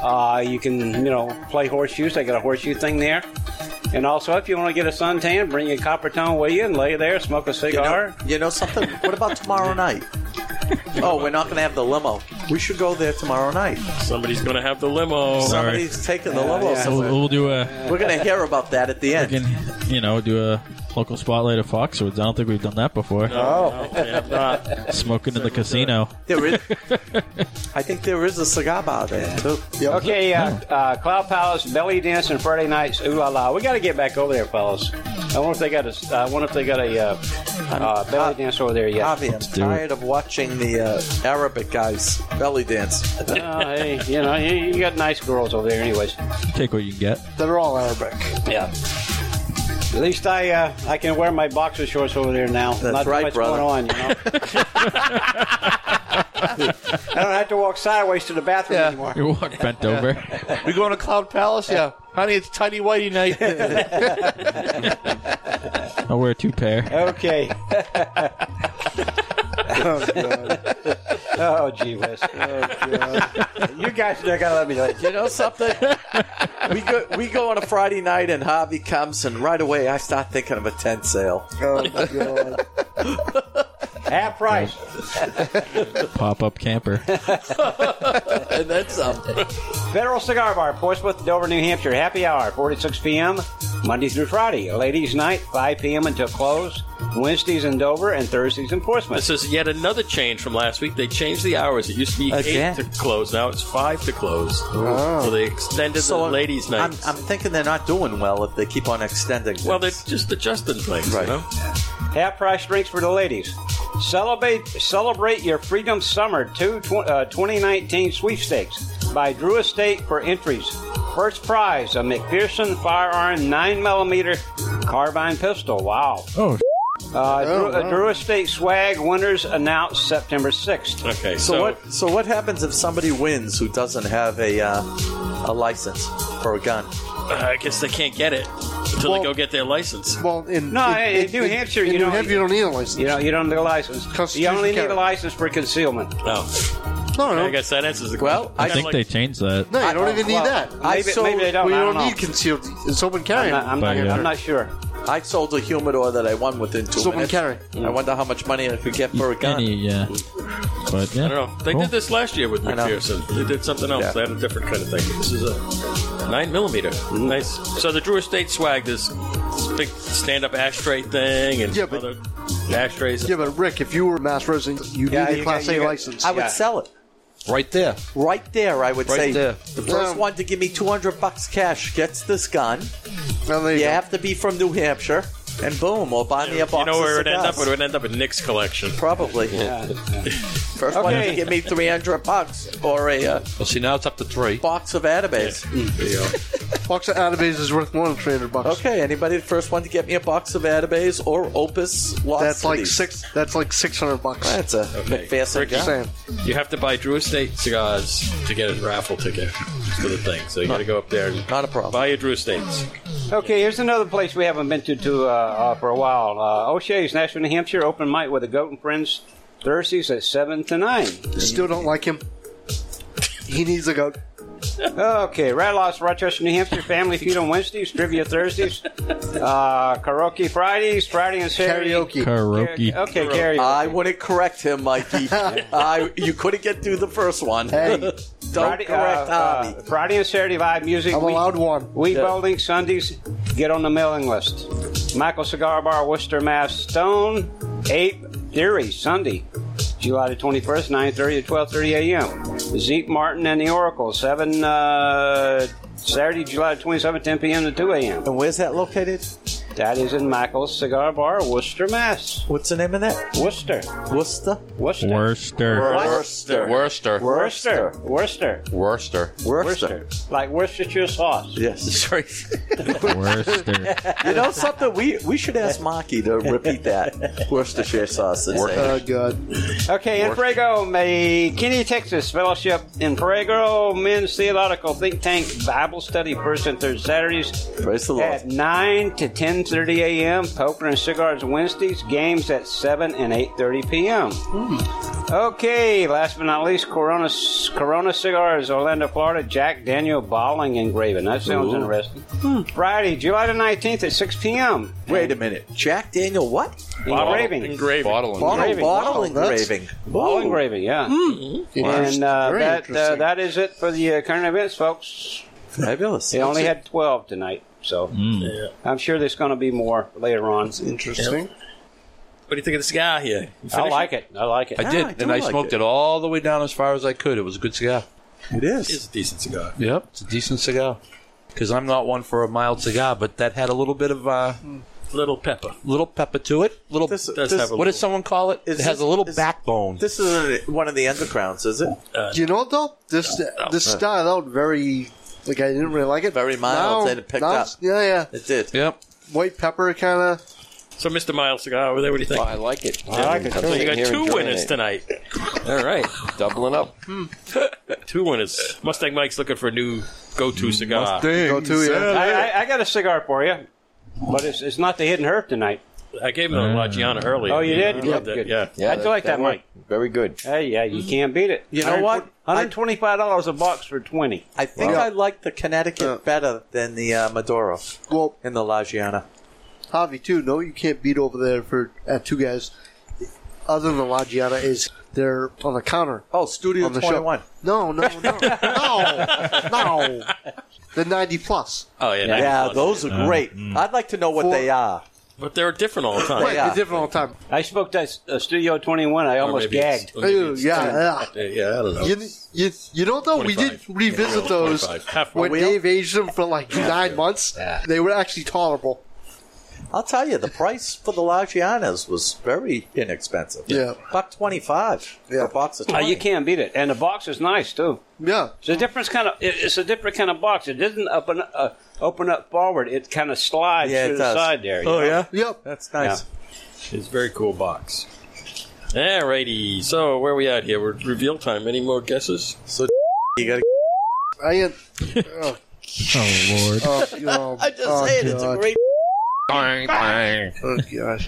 Uh, you can you know play horseshoes. They got a horseshoe thing there. And also, if you want to get a suntan, bring your copper tone with you and lay there, smoke a cigar. You know something? What about tomorrow night? Oh, we're not going to have the limo. We should go there tomorrow night. Somebody's going to have the limo. Somebody's taking the limo. So somewhere. we'll do a We're going to hear about that at the end. you know, do a local spotlight at Foxwoods. I don't think we've done that before. Oh. No, we have not. Smoking in the casino. There is, I think there is a cigar bar there, too. Okay, uh, uh, Cloud Palace, Belly Dance, and Friday nights. Ooh la la! We got to get back over there, fellas. I wonder if they got a. s- I wonder if they got a uh, uh, belly dance over there yet. Javi, I'm it. tired of watching the uh, Arabic guys belly dance. Uh, hey, you know, you, you got nice girls over there, anyways. Take what you can get. They're all Arabic. Yeah. At least I uh, I can wear my boxer shorts over there now. That's Not right, too much brother. going on, (laughs) you know. (laughs) I don't have to walk sideways to the bathroom anymore. You walk bent over. We going to Cloud Palace? (laughs) Yeah. Honey, it's Tiny Whitey night. I'll wear two pair. Okay. oh god. Oh gee whiz. You guys are not gonna let me like You know something? we go we go on a Friday night and Javi comes and right away I start thinking of a tent sale. Oh god. half price. Pop up (laughs) camper. And that's something. Federal Cigar Bar, Portsmouth, Dover, New Hampshire. Happy hour, 46 p.m. Monday through Friday. Ladies' night, 5 p.m. until close. Wednesdays in Dover and Thursdays in Portsmouth. This is yet another change from last week. They changed the hours. It used to be Again. eight to close. Now it's five to close. So they extended So the I'm- ladies' I'm, night. I'm thinking they're not doing well if they keep on extending. Well, this. they're just adjusting things, Right. you know? Half price drinks for the ladies. Celebrate celebrate your Freedom Summer 2, tw- uh, 2019 sweepstakes by Drew Estate for entries. First prize a McPherson Firearm 9mm carbine pistol. Wow. Oh, Uh, Drew, Oh, uh, wow. Drew Estate swag winners announced September 6th. Okay, So, what? So what happens if somebody wins who doesn't have a uh, a license for a gun? Uh, I guess they can't get it until they go get their license. Well, in No, in, New Hampshire, you don't. you don't need a license. You don't, you don't need a license. You only need a carry. license for concealment. Oh. No, I guess that answers the question. Well, I think they changed that. No, you don't I- even need well, that. maybe- I sold- maybe they don't, We I don't, don't know. need concealed. It's open carry. I'm not- I'm not sure. I sold a humidor that I won within two Someone minutes. carry. I wonder how much money I could get for a gun. Any, yeah. But yeah. I don't know. They Cool. did this last year with I know. McPherson. They did something else. Yeah. They had a different kind of thing. This is a nine millimeter. Nice. So the Drew Estate swag, this big stand-up ashtray thing, and Yeah, but- other ashtrays. Yeah, but Rick, if you were a mass resident, you Yeah, need you a Class got- you A got- license. I would sell it. (laughs) Right there. Right there, I would Right say. there. The first Yeah. one to give me 200 bucks cash gets this gun. Well, there you you go. have to be from New Hampshire, and boom, or buy me a box you know where it of would end up? It cigars. would end up in Nick's collection. Probably. (laughs) First one Okay. to give me 300 bucks or a uh, Well, see, now it's up to three. box of Adabase. Box of Adabase is worth more than 300 bucks. Okay, anybody the first one to get me a box of Adabase or Opus Lost That's like Cities. six. That's like 600 bucks. That's a Okay. McPherson Ricky. gun. Same. You have to buy Drew Estate cigars to get a raffle ticket to the thing. So you got to go up there and Not a problem. buy your Drew Estates. Okay, here's another place we haven't been to, to uh, uh, for a while. Uh, O'Shea's, Nashville, New Hampshire, open mic with the Goat and Friends Thursdays at 7 to 9. Still don't like him. He needs a goat. Okay, Ratlos, Rochester, New Hampshire, Family Feud on Wednesdays, Trivia Thursdays, uh, Karaoke Fridays, Friday and Saturday. Karaoke. Karaoke. Okay, Gary. I wouldn't correct him, (laughs) Mikey. I, you couldn't get through the first one. Hey. (laughs) Don't Friday, uh, correct uh, Hobby. Friday and Saturday live music. I'm We- allowed one. We Bowling Sundays, get on the mailing list. Michael Cigar Bar, Worcester, Mass. Stone Ape Theory, Sunday, July the 21st, 9.30 to 12.30 a.m. Zeke Martin and the Oracle, 7, uh, Saturday, July the 27th, 10 p.m. to 2 a.m. And where's that located? That is in Michael's Cigar Bar, Worcester, Mass. What's the name of that? Worcester, Worcester? Worcester. Worcester. Worcester. Worcester. Worcester, Worcester, Worcester. Worcester. like Worcestershire sauce. Yes. (laughs) Sorry. (laughs) Worcester. You know something? We we should ask Maki to repeat that. Worcestershire sauce. and say- Oh god. Okay, in Prego, May Kenny, Texas Fellowship in Prego Men's Theological Think Tank Bible Study first and third Saturdays Praise the at Lord. nine to ten thirty a.m. Poker and cigars Wednesdays. Games at seven and eight thirty p.m. Okay, last but not least, Corona Corona Cigars, Orlando, Florida. Jack Daniel Bowling engraving. That sounds interesting. Friday, July the nineteenth at six p.m. Wait a minute. Jack Daniel, what? Oh, Engraving. Engraving. Bottling. Bottle, Engraving. bottle Wow, that's- engraving. Ball engraving, yeah. It is And uh, very that uh, interesting. that is it for the uh, current events, folks. Fabulous. They only had 12 tonight, so Mm. I'm sure there's going to be more later on. interesting. What do you think of the cigar here? You I finish like it. I like it. I Ah, did, I do and I like smoked it. it. all the way down as far as I could. It was a good cigar. It It is is. a decent cigar. Yep, it's a decent cigar. Because I'm not one for a mild cigar, but that had a little bit of uh, Little pepper. little pepper to it. Little This- what does this- have a does someone call it? Is it has this- a little is- backbone. This is a, one of the undergrounds, is it? You know what though? This this started out very like I didn't really like it. Very mild, Now- then it picked now up. it's- Yeah, yeah. It did. yep. White pepper kind of. So Mr. Miles cigar over there. What do you think? I like it. I like it. So you sitting got here two enjoying winners it. tonight. All (laughs) right, Doubling up. two winners. Mustang Mike's looking for a new go-to cigar. Go to yeah. I, I, I got a cigar for you, but it's, it's not the hidden herb tonight. I gave him the La Giana earlier. Oh, you He did? loved Yeah, it. good. Yeah. I do like that, one. Very good. Hey, yeah, you can't beat it. You know what? $125 a box for 20 I think I like the Connecticut Uh. better than the uh, Maduro Well, and the La Giana. Javi too. No, you can't beat over there for at two guys. Other than the La Giana is they're on the counter Oh, Studio on the 21. show. No, no, (laughs) no, no, no. The ninety plus. Oh, yeah. nice. Yeah, Mm. those are great. I'd like to know what For- they are. But they're different all the time. Right, Oh, yeah. they're different all the time. I smoked that uh, Studio 21. I Or almost maybe it's- gagged. or maybe Ew, it's- yeah, yeah. Yeah, I don't know. You, you, you know though we did 25. revisit Yeah, those 25. Half when wheel? Dave aged them for like nine months. They were actually tolerable. I'll tell you, the price for the Lagianas was very inexpensive. Yeah. buck twenty-five for a box of Oh, twenty. you can't beat it, and the box is nice too. Yeah, it's a different kind of it- it's a different kind of box. It doesn't open uh, open up forward. It kind of slides Yeah, it through the does. side there. you Oh, know? yeah? Yep, that's nice. It's a very cool box. Alrighty, so where are we at here? We're at reveal time. Any more guesses? So you gotta. I am. Oh, oh lord! Oh, oh, (laughs) I just oh, said it's a God. great. Oh It's gosh.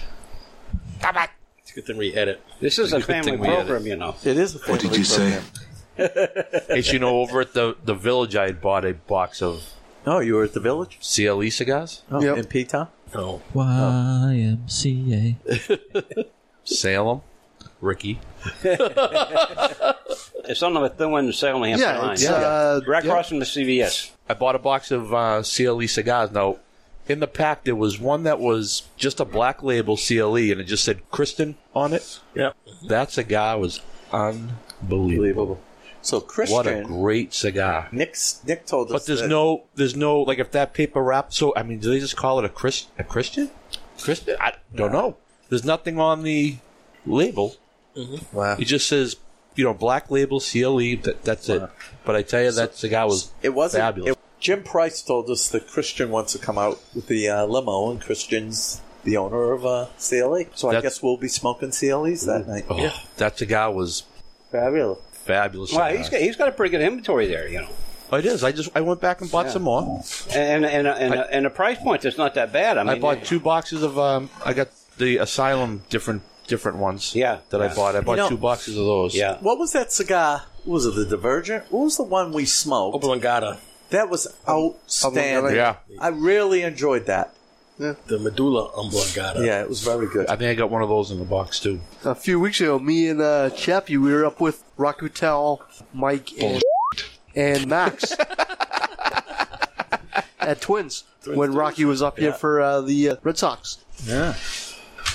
a good thing we edit. This is a family program, you know. It is. A What did you say? It's you know over at the the village I had bought a box of. No, you were at the village. CLE cigars. Oh, in P Town. No. YMCA. Salem, Ricky. it's on the Methuen Salem Hampton Yeah, line. it's, uh, right yeah. across from the CVS. I bought a box of uh, CLE cigars. Now, in the pack, there was one that was just a black label CLE, and it just said Kristen on it. Yep. That cigar was unbelievable. So Kristen, what a great cigar. Nick's, Nick told us. But there's that- no, there's no like if that paper wrap. So I mean, do they just call it a Chris, a Christian? Christian? I don't know. There's nothing on the label. Wow. It just says, you know, black label CLE. That, that's it. But I tell you, that cigar was It wasn't. fabulous. it- Jim Price told us that Christian wants to come out with the uh, limo, and Christian's the owner of uh, CLE. So I guess we'll be smoking CLEs that night. Oh, That cigar was fabulous. Fabulous. Well, he's got, he's got a pretty good inventory there, you know. Oh, it is. I just I went back and bought Yeah. some more. And and and, and, the price point is not that bad. I I, mean, bought two boxes of. Um, I got the Asylum different different ones. Yeah, that I Yeah. bought. I You bought know- two boxes of those. What was that cigar? What was it the Divergent? What was the one we smoked? Oblongata. That was outstanding. Yeah. I really enjoyed that. The medulla oblongata. Yeah, it was very good. I think I got one of those in the box too. A few weeks ago, me and uh, Chappie, we were up with Rakutel, Mike, and, (laughs) and Max at Twins, when Rocky was up here Yeah. for uh, the uh, Red Sox. Yeah.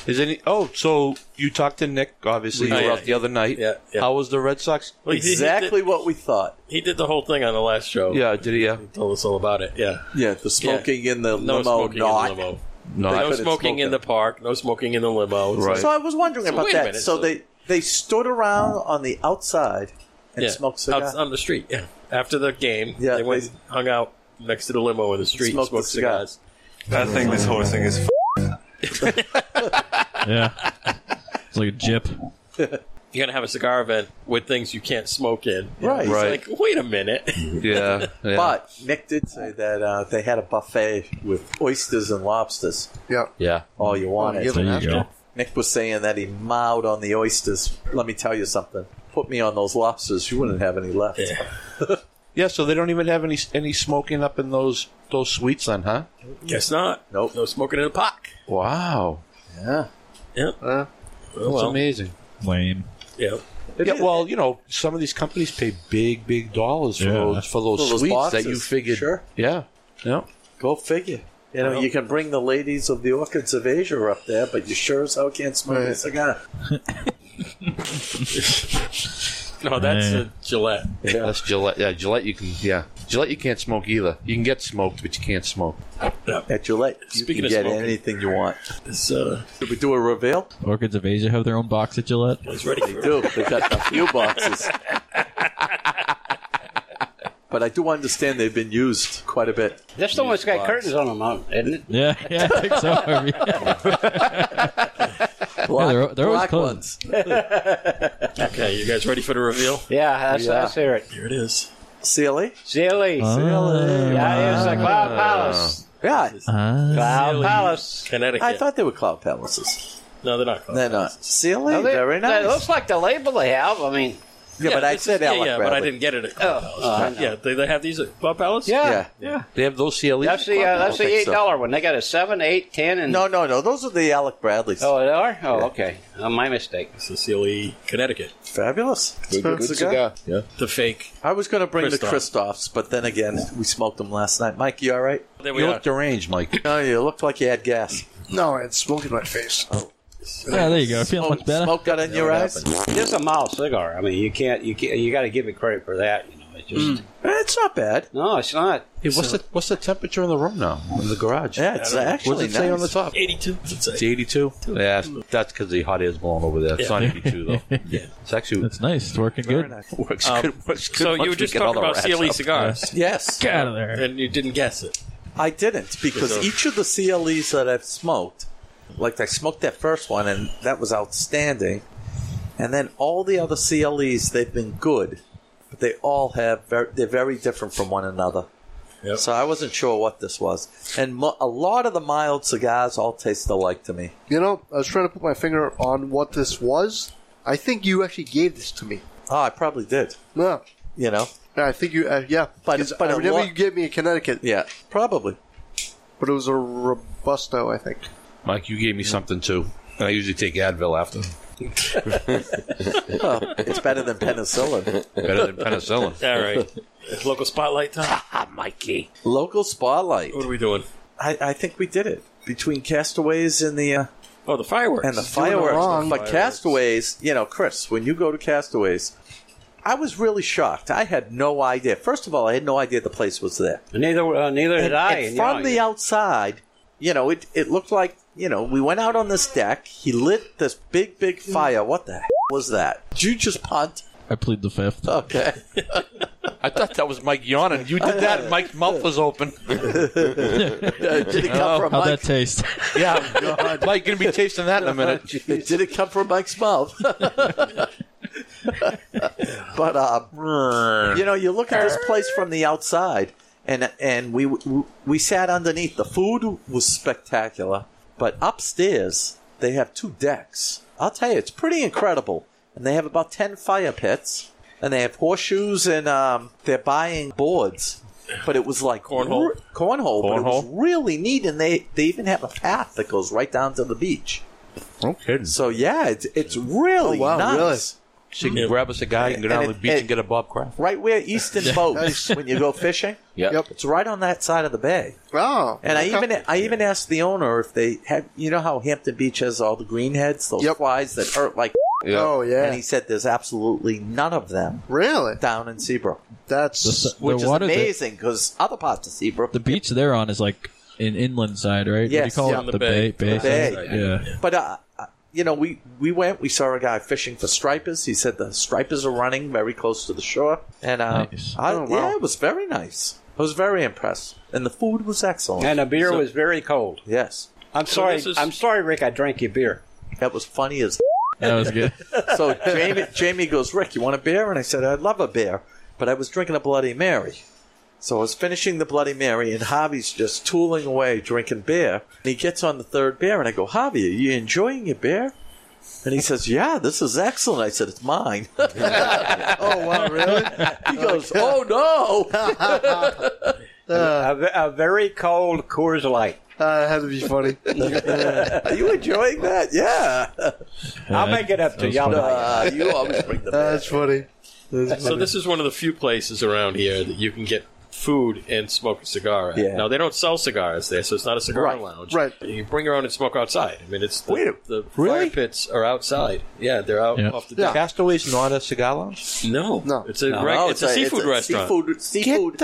Is any? Oh, so you talked to Nick? Obviously, Oh, you were yeah. up the other night. Yeah, yeah. How was the Red Sox? Well, he- he Exactly did- what we thought. He did the whole thing on the last show. Yeah, did he? Yeah. Told us all about it. Yeah. Yeah, the smoking in the No limo. smoking in the not- limo. Not- no Couldn't smoking smoke in the park. No smoking in the limo. It's like- So I was wondering So about wait a that. minute, so they they stood around on the outside and yeah, smoked out cigars. on the street. Yeah. After the game, they went and hung out next to the limo in the street, and Smoked the smoked cigars. I think this whole thing is. F- Yeah. It's like a jip. You're gonna have a cigar event with things you can't smoke in. You know, Right. it's Right. Like, wait a minute. (laughs) Yeah, But Nick did say that uh, they had a buffet with oysters and lobsters. Yeah. Yeah. All Oh, you wanted. give them There you after. go. Nick was saying that he mowed on the oysters. Let me tell you something. Put me on those lobsters, you wouldn't have any left. Yeah, so they don't even have any any smoking up in those those suites, then, huh? Guess not. Nope. No smoking in the park. Wow. Yeah. Yep. That's amazing. Lame. Yeah. Yeah, well, you know, some of these companies pay big, big dollars for Yeah. those for those For those suites boxes, that you figured. sure. Yeah. Yeah. Go figure. You know, you can bring the ladies of the Orchids of Asia up there, but you sure as hell can't smoke a Right. cigar. No, that's Yeah. a Gillette. Yeah. That's Gillette. Yeah, Gillette. You can. Yeah, Gillette. You can't smoke either. You can get smoked, but you can't smoke. At Gillette, you Speaking can of get smoking. anything you want. uh, Should we do a reveal? Orchids of Asia have their own box at Gillette. He's ready. They do. They got a few boxes. But I do understand they've been used quite a bit. That's the one's got box. curtains on them, huh, isn't it? Yeah, yeah, I (laughs) think so. Harvey. yeah, they're, they're always closed. okay, you guys ready for the reveal? Yeah, that's, Yeah. that's it. Here it is. CLE? Silly. Silly. Yeah, it's like Cloud Palace. Yeah. Cloud Silly. Palace. Connecticut. I thought they were cloud palaces. uh, No, they're not. They're not. Silly, Now, they- E? very nice. It looks like the label they have. I mean, Yeah, but I this said is- Alec yeah, yeah, but I Bradley. didn't get it at Club Oh, Palace. oh, I know. yeah, they, they have these at Club Palace. yeah, yeah. They have those CLEs. That's the uh, that's the eight dollar one. They got a seven, eight, ten, and No, no, no. Those are the Alec Bradleys. Oh, they are. Oh, okay. Uh, my mistake. Cecilia, Connecticut. Fabulous. Good- good cigar. Yeah. The fake. I was going to bring the Christoph. Christophs, but then again, we smoked them last night. Mike, you all right? There we You are. looked deranged, Mike. No, you looked like you had gas. No, I had smoke in my face. Oh. Yeah, there you go. I feel much better. Smoke got in your eyes. It's a mild cigar. I mean, you can't. You can't, you got to give it credit for that. You know, it, Mm. Just Eh, it's not bad. No, it's not. Hey, what's the what's the temperature in the room now in the garage? Yeah, it's I don't know. actually What does it say on the nice. top? 82. It's eighty-two. Yeah, that's- that's because the hot air's blowing over there. It's Yeah. not eighty-two though. (laughs) yeah, it's actually That's nice. It's working good. Works Um, good. Works good. so you once were we just get all talking the about rats CLE up. cigars. Yes. Get out of there. And you didn't guess it. I didn't because Because of- each of the CLEs that I've smoked, like I smoked that first one and that was outstanding, and then all the other CLEs they've been good, but they all have very, they're very different from one another. So I wasn't sure what this was, and mo- a lot of the mild cigars all taste alike to me. You know, I was trying to put my finger on what this was. I think you actually gave this to me. Oh, I probably did. No, You know, I think you. Uh, yeah, But- 'cause but I a remember lot- you gave me a Connecticut. Yeah, probably. But it was a robusto, I think. Mike, you gave me something too, and I usually take Advil after. Oh, it's better than penicillin. Better than penicillin. All right. Local spotlight time. Mikey. Local spotlight. What are we doing? I, I think we did it between Castaways and the. Uh, Oh, the fireworks. and the Doing it fireworks. wrong. But Castaways, you know, Chris, when you go to Castaways, I was really shocked. I had no idea. First of all, I had no idea the place was there. Neither uh, neither did And- I. and yeah, from the outside, you know, it, it looked like, you know, we went out on this deck. He lit this big, big fire. What the heck was that? Did you just punt? I plead the fifth. Okay. I thought that was Mike yawning. You did that, and Mike's mouth was (laughs) open. (laughs) Did it come from How'd Mike? that (laughs) taste? yeah, Mike, gonna be tasting that in a minute. (laughs) Did it come from Mike's mouth? (laughs) but uh, you know, you look at this place from the outside, and and we we sat underneath. The food was spectacular, but upstairs they have two decks. I'll tell you, it's pretty incredible, and they have about ten fire pits, and they have horseshoes, and um, they're buying boards. But it was like Cornhole. cornhole, but it was Cornhole. really neat, and they they even have a path that goes right down to the beach. No kidding. So yeah, it's it's really Oh, wow, nice. really? So you can grab us a guy and go down to the beach and get a Bob Craft. Right where Easton (laughs) boats when you go fishing. Yep. Yep. It's right on that side of the bay. Oh, And okay. I even I even asked the owner if they had you know how Hampton Beach has all the greenheads, those flies that hurt like Yeah. Oh, yeah. And he said there's absolutely none of them really down in Seabrook. That's The s- the which is water that- amazing because other parts of Seabrook The beach they're on is like an inland side, right? Yes, what do you call yeah. it? The bay. bay, The bay. side? Yeah. But uh, uh, you know, we we went. We saw a guy fishing for stripers. He said the stripers are running very close to the shore, and uh, I, Oh, wow. yeah, it was very nice. I was very impressed, and the food was excellent. And the beer was very cold. yes. I'm So sorry. this is- I'm sorry, Rick. I drank your beer. That was funny as. That was (laughs) good. so Jamie, Jamie goes, Rick, you want a beer? And I said, I'd love a beer, but I was drinking a Bloody Mary. So I was finishing the Bloody Mary, and Javi's just tooling away drinking beer. And he gets on the third beer, and I go, Javi, are you enjoying your beer? And he says, Yeah, this is excellent. I said, It's mine. (laughs) oh wow, (laughs) really? He goes, Oh no! (laughs) a, ve- a very cold Coors Light. Uh, it had to be (laughs) funny. Are you enjoying that? Yeah. I'll make it up to y'all. Uh, you always bring the beer. That's funny. That's So funny. this is one of the few places around here that you can get food and smoke a cigar at. Yeah. Now they don't sell cigars there, so it's not a cigar Right, lounge. right. You can bring your own and smoke outside. I mean, it's the, Wait a- the really? fire pits are outside. Yeah, they're out off the Yeah. deck. Castaways not a cigar lounge? No, No. it's a No, reg- no, it's, a seafood restaurant. Seafood, seafood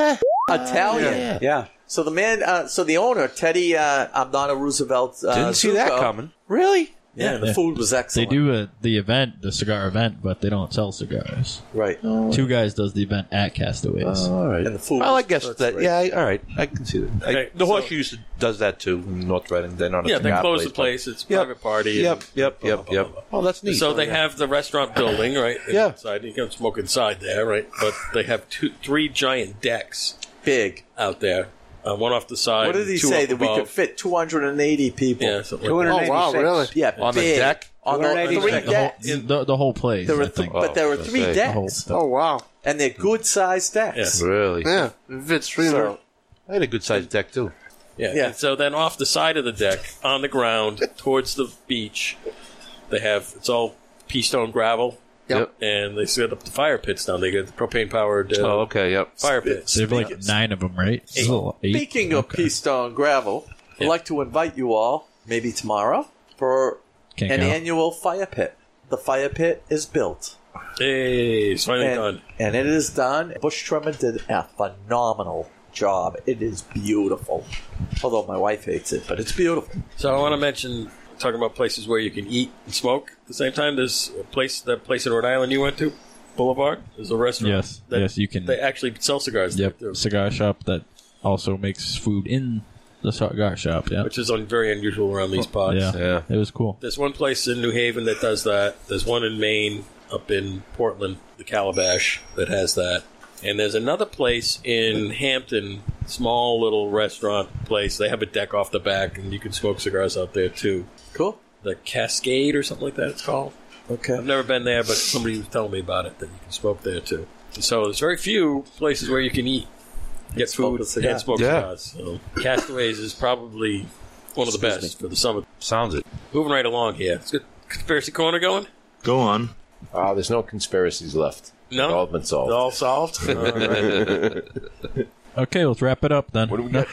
Italian. Yeah. So the man, uh, so the owner, Teddy uh, Abdana Roosevelt. Uh, Didn't see that Zucco- coming. Really? Yeah, the Yeah. food was They excellent. do a, the event, the cigar event, but they don't sell cigars. Right. Two guys does the event at Castaways. All right. And the food. Well, I was- guess that's that. great. Yeah, I, all right. I can see that. I- Okay, the so- horseshoe used to does that too. in North Reading. They're not a Yeah, they cigar close the but- place. It's Yep. private party. Yep, yep, yep, yep. Oh, that's neat. So they have the restaurant building, right? Yeah. Inside. You can smoke inside there, right? But they have two, three giant decks Big. out there. Uh, one off the side. What did he two say up that we could above. fit 280 people? Yeah, something like that. Oh wow, 286. really? Yeah, On the big. deck? On the 280 three deck. the, whole, decks. the, the whole place. There were I th- think. but there were Oh, three okay. The whole- decks, Oh wow. and they're good-sized decks. Yeah. Really? Yeah, it fits three in there. So, I had a good sized deck too. Yeah. Yeah. And so then off the side of the deck, on the ground, towards the beach, they have it's all pea stone gravel, Yep. and they set up the fire pits now. They got the propane powered uh, Oh, okay. Yep. fire pits. They have like nine of them, right? This is a lot- eight? speaking of pea stone gravel, I'd Yeah. like to invite you all maybe tomorrow for Can't an go. annual fire pit. The fire pit is built. Hey, it's finally and, done. And it is done. Bush Truman did a phenomenal job. It is beautiful. Although my wife hates it, but it's beautiful. So I want to mention talking about places where you can eat and smoke at the same time. There's a place that place in Rhode Island you went to, Boulevard. There's a restaurant. Yes, that yes, you can. They actually sell cigars. there, Yep, too, cigar shop that also makes food in the cigar shop. Yeah, which is un- very unusual around these parts. yeah. uh, it was cool. There's one place in New Haven that does that. There's one in Maine, up in Portland, the Calabash, that has that. And there's another place in Hampton, small little restaurant place. They have a deck off the back, and you can smoke cigars out there too. Cool. The Cascade or something like that. It's called. Okay. I've never been there, but somebody was telling me about it that you can smoke there too. So there's very few places where you can eat, get smoke food, a cigar. and smoke Yeah. cigars. So Castaways is probably one of the Excuse best me. for the summer. Sounds it. Moving right along here. It's good. Conspiracy corner going. Go on. Uh, there's no conspiracies left. No? It's all been solved. All (laughs) solved. All right. Okay, let's wrap it up then. What do we got?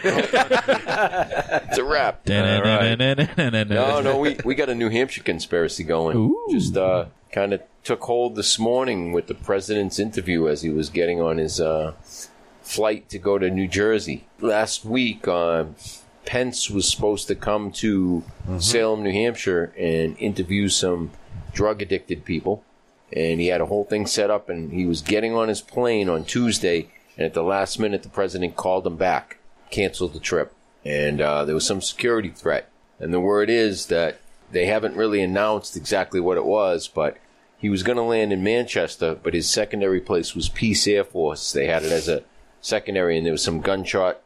it's a wrap. All right. No, no, we, we got a New Hampshire conspiracy going. Just uh, kind of took hold this morning with the president's interview as he was getting on his uh, flight to go to New Jersey. Last week, uh, Pence was supposed to come to Salem, New Hampshire, and interview some drug addicted people. And he had a whole thing set up, and he was getting on his plane on Tuesday. And at the last minute, the president called him back, canceled the trip, and uh, there was some security threat. And the word is that they haven't really announced exactly what it was, but he was going to land in Manchester, but his secondary place was Peace Air Force. They had it as a secondary, and there was some gunshot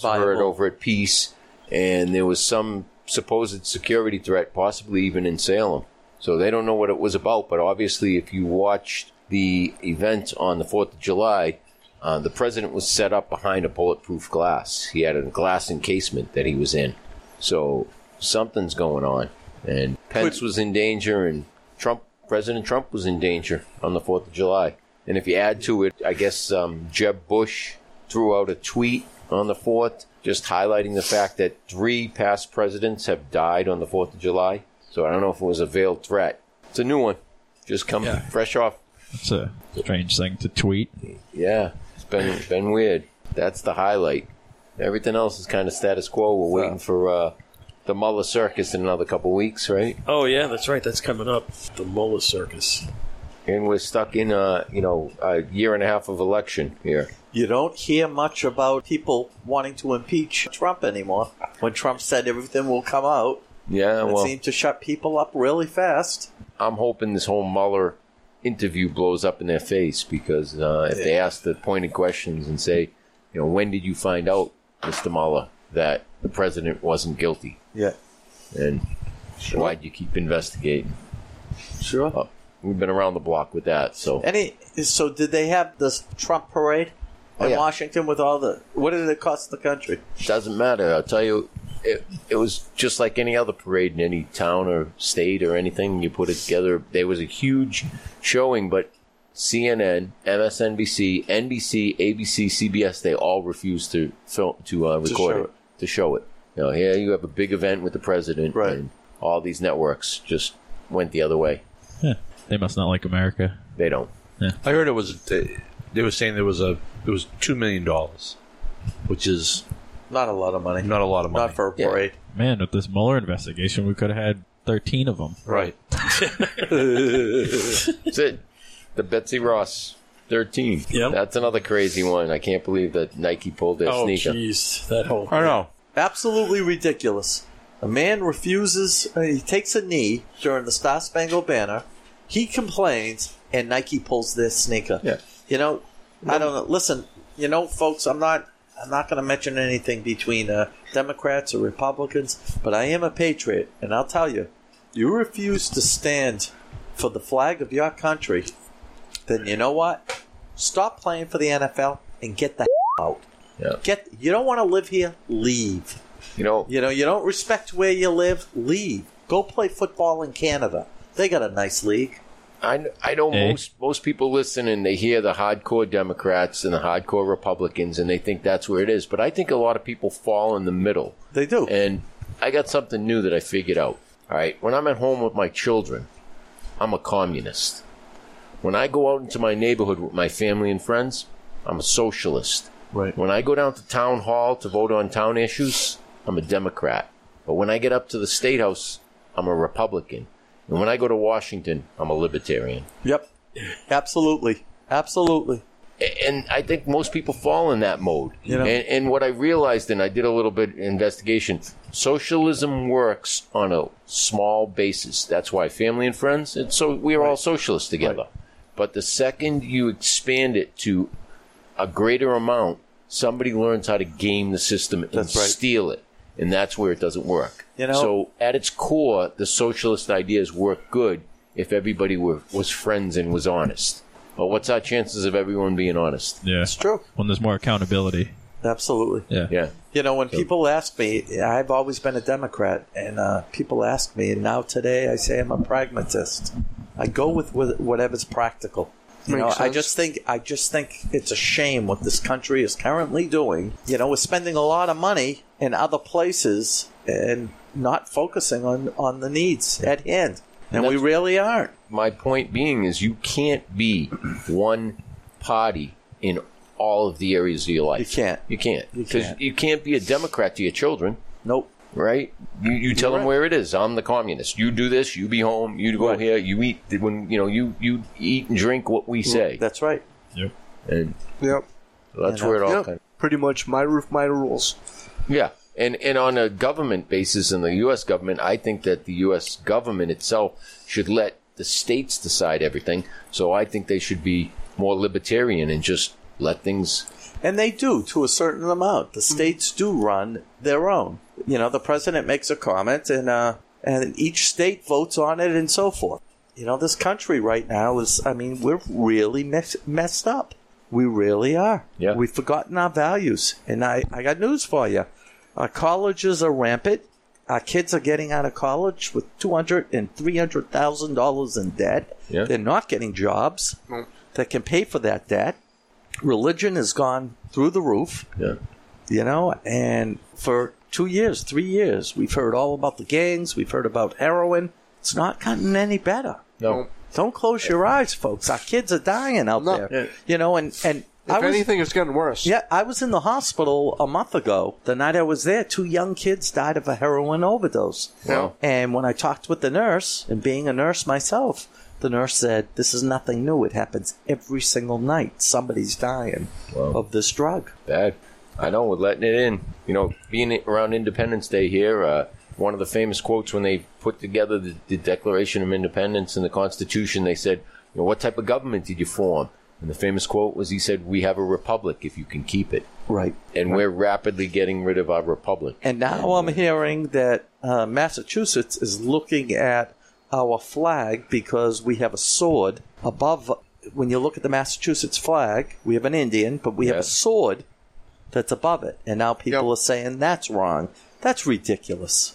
heard over at Peace, and there was some supposed security threat, possibly even in Salem. So they don't know what it was about, but obviously, if you watched the event on the 4th of July, uh, the president was set up behind a bulletproof glass. He had a glass encasement that he was in. So something's going on. And Pence was in danger, and Trump, President Trump was in danger on the 4th of July. And if you add to it, I guess um, Jeb Bush threw out a tweet on the 4th just highlighting the fact that three past presidents have died on the 4th of July. So I don't know if it was a veiled threat. It's a new one. Just come fresh off That's a strange thing to tweet. yeah, it's been it's been weird. That's the highlight. Everything else is kind of status quo. We're waiting for uh, the Muller Circus in another couple weeks, right? oh yeah, that's right. That's coming up. The Mullah Circus. And we're stuck in a you know a year and a half of election here. You don't hear much about people wanting to impeach Trump anymore. When Trump said everything will come out, Yeah, it Oh, well, seemed to shut people up really fast. I'm hoping this whole Mueller interview blows up in their face because uh, if they ask the pointed questions and say, you know, when did you find out, Mr. Mueller, that the president wasn't guilty? Yeah. And why'd you keep investigating? Uh, Sure. we've been around the block with that, so. Any so did they have this Trump parade in yeah. Washington with all the what did it cost the country? Doesn't matter. I'll tell you, it, it was just like any other parade in any town or state or anything. You put it together. There was a huge showing, but CNN, MSNBC, NBC, ABC, CBS, they all refused to film, to uh, record show it, to show it. You know, here you have a big event with the president, right. and all these networks just went the other way. Yeah. They must not like America. They don't. I heard it was. They, they were saying there was a. It was two million dollars, which is not a lot of money. Not a lot of money. Not for a parade. Man, with this Mueller investigation, we could have had 13 of them. (laughs) Right. That's it. The Betsy Ross 13. Yeah, That's another crazy one. I can't believe that Nike pulled their Oh, sneaker. jeez. That whole I know. Absolutely ridiculous. A man refuses, uh, he takes a knee during the Star Spangled Banner. He complains, and Nike pulls their sneaker. Yeah. You know, I don't know. Listen, you know, folks, I'm not. I'm not going to mention anything between uh, Democrats or Republicans, but I am a patriot, and I'll tell you, you refuse to stand for the flag of your country, then you know what? Stop playing for the NFL and get the (laughs) out. Get you don't want to live here, leave. You know, you know, you don't respect where you live, leave. Go play football in Canada. They got a nice league. I, I know most most people listen and they hear the hardcore Democrats and the hardcore Republicans and they think that's where it is. But I think a lot of people fall in the middle. They do. And I got something new that I figured out. All right, when I'm at home with my children, I'm a communist. When I go out into my neighborhood with my family and friends, I'm a socialist. Right. When I go down to town hall to vote on town issues, I'm a Democrat. But when I get up to the state house, I'm a Republican. And when I go to Washington, I'm a libertarian. Yep. Absolutely. Absolutely. And I think most people fall in that mode. You know? And, and what I realized, and I did a little bit of investigation, socialism works on a small basis. That's why family and friends, and so we are all socialists together. But the second you expand it to a greater amount, somebody learns how to game the system and That's right. steal it. And that's where it doesn't work. You know- so at its core, the socialist ideas work good if everybody were, was friends and was honest. But what's our chances of everyone being honest? Yeah. It's true. When there's more accountability. Absolutely. Yeah. Yeah. You know, when people ask me, I've always been a Democrat, and uh, people ask me, and now today I say I'm a pragmatist. I go with with whatever's practical. You know, Makes I sense. just think I just think it's a shame what this country is currently doing. You know, we're spending a lot of money in other places and not focusing on on the needs at hand, and we really aren't. My point being is you can't be one party in all of the areas of your life. You can't. You can't. Because can't. you can't be a Democrat to your children. Nope. Right? You, you tell them where it is. I'm the communist. You do this. You be home. You go here. You eat when you know you you eat and drink what we say. That's right. Yep. And Yep. that's where it all Yep. kind of Pretty much my roof, my rules. yeah, and and on a government basis in the U.S. government, I think that the U.S. government itself should let the states decide everything. So I think they should be more libertarian and just let things. And they do to a certain amount. The states do run their own. You know, the president makes a comment, and uh, and each state votes on it, and so forth. You know, this country right now is. I mean, we're really mess- messed up. We really are. Yeah. We've forgotten our values, and I I got news for you. Our colleges are rampant. Our kids are getting out of college with two hundred and three hundred thousand dollars in debt. Yeah. They're not getting jobs that can pay for that debt religion has gone through the roof. Yeah. You know, and for two years, three years, we've heard all about the gangs, we've heard about heroin. It's not gotten any better. No. Don't close your eyes, folks. Our kids are dying out No. there. You know, and and If anything, it's gotten worse. Yeah, I was in the hospital a month ago. The night I was there, two young kids died of a heroin overdose. Wow. And when I talked with the nurse, and being a nurse myself, the nurse said, "This is nothing new. It happens every single night. Somebody's dying of this drug." Bad. I know we're letting it in. You know, being around Independence Day here, uh, one of the famous quotes when they put together the, the Declaration of Independence and the Constitution, they said, you know, what type of government did you form? And the famous quote was, he said, we have a republic if you can keep it. Right. And we're rapidly getting rid of our republic. And now I'm hearing that uh, Massachusetts is looking at our flag because we have a sword above. When you look at the Massachusetts flag, we have an Indian, but we have a sword that's above it. And now people are saying that's wrong. That's ridiculous.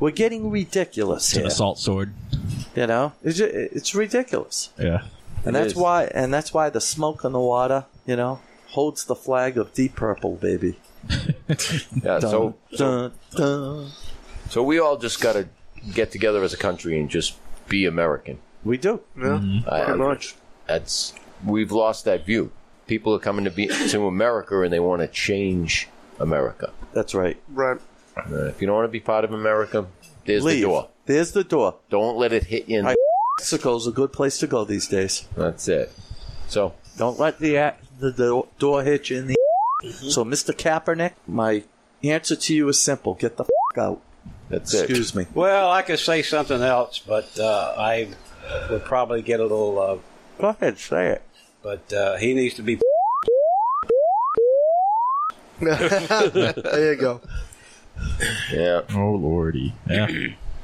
We're getting ridiculous. It's an here. assault sword. You know, it's, ju- it's ridiculous. Yeah. And that's why. And that's why the smoke on the water, you know, holds the flag of Deep Purple, baby. Yeah, so, dun, dun. so we all just got to get together as a country and just be American. We do. Yeah. I- Pretty much. That's we've lost that view. People are coming to be to America and they want to change America. That's right. Right. (laughs) if you don't want to be part of America, there's Leave. the door. There's the door. Don't let it hit you in. I- the Mexico's a good place to go these days. (laughs) That's it. So don't let the a- the, the door hit you in the. So, Mr. Kaepernick, my answer to you is simple: get the f- out. That's it. Excuse me. Well, I could say something else, but uh, I would probably get a little. Uh, Go ahead, say it. But uh, he needs to be. there you go. Yeah. Oh lordy. Yeah.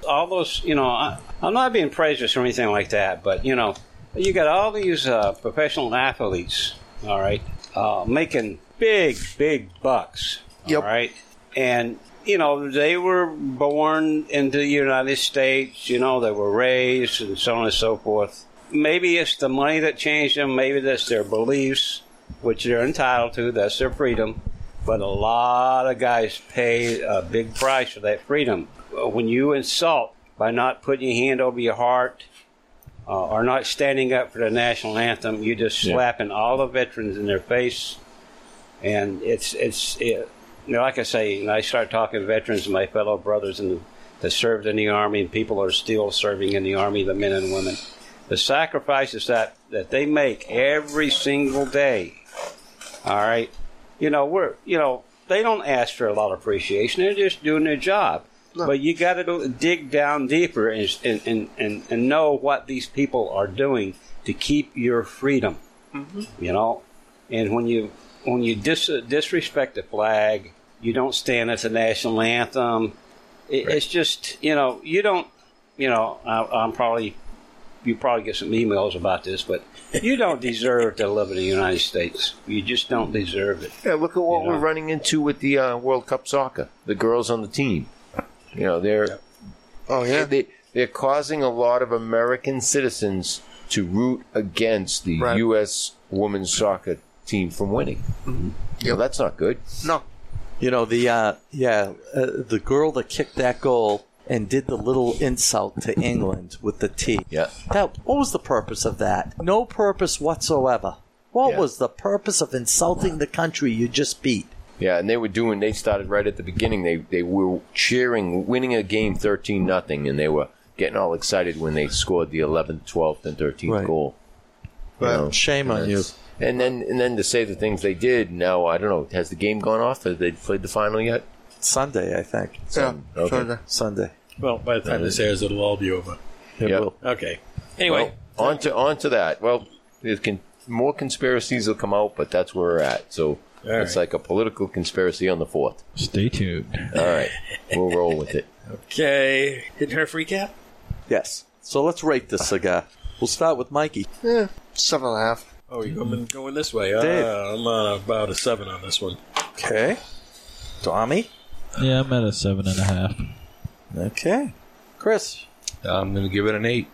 all those, you know, I, I'm not being prejudiced or anything like that, but you know, you got all these uh, professional athletes, all right, uh, making big, big bucks, all right, and you know they were born into the United States, you know, they were raised and so on and so forth. Maybe it's the money that changed them. Maybe that's their beliefs, which they're entitled to. That's their freedom. But a lot of guys pay a big price Uh, for that freedom. When you insult by not putting your hand over your heart, uh, are not standing up for the national anthem. You're just Yeah. slapping all the veterans in their face, and it's it's it, you know, like I say, and I start talking to veterans, my fellow brothers, and that served in the army, and people are still serving in the army, the men and women. The sacrifices that that they make every single day. All right, you know we're you know they don't ask for a lot of appreciation. They're just doing their job. But you got to dig down deeper and, and- and, and, and know what these people are doing to keep your freedom. You know, and when you when you dis- disrespect the flag, you don't stand at the national anthem. It, It's just you know you don't you know I, I'm probably you probably get some emails about this, but you don't deserve to live in the United States. You just don't deserve it. Yeah, look at what You know. we're running into with the uh, World Cup soccer. The girls on the team, you know, they're oh yeah, they they're causing a lot of American citizens to root against the U.S. women's soccer team from winning. Mm-hmm. You know, that's not good. No. You know the uh, yeah uh, the girl that kicked that goal and did the little insult to England with the T. Yeah. That what was the purpose of that? No purpose whatsoever. What was the purpose of insulting the country you just beat? Yeah, and they were doing. They started right at the beginning. They they were cheering, winning a game thirteen nothing, and they were getting all excited when they scored the eleventh, twelfth, and thirteenth goal. You know, shame and on you. it's- And then and then to say the things they did. Now I don't know. Has the game gone off? Have they played the final yet? Sunday, I think. Sun- Yeah, okay. Sunday. Sunday. Well, by the time this airs, it'll all be over. It will. Okay. Anyway. Well, on to on to that. Well, it can, more conspiracies will come out, but that's where we're at. So All it's like a political conspiracy on the fourth. Stay tuned. All right, we'll roll with it. Okay. Hidden Herf recap? Yes. So let's rate this cigar. We'll start with Mikey. Yeah, seven and a half. Oh, you're going, going this way. Uh, Dave. I'm on about a seven on this one. Okay. Tommy. Yeah, I'm at a seven and a half. Okay. Chris. I'm going to give it an eight.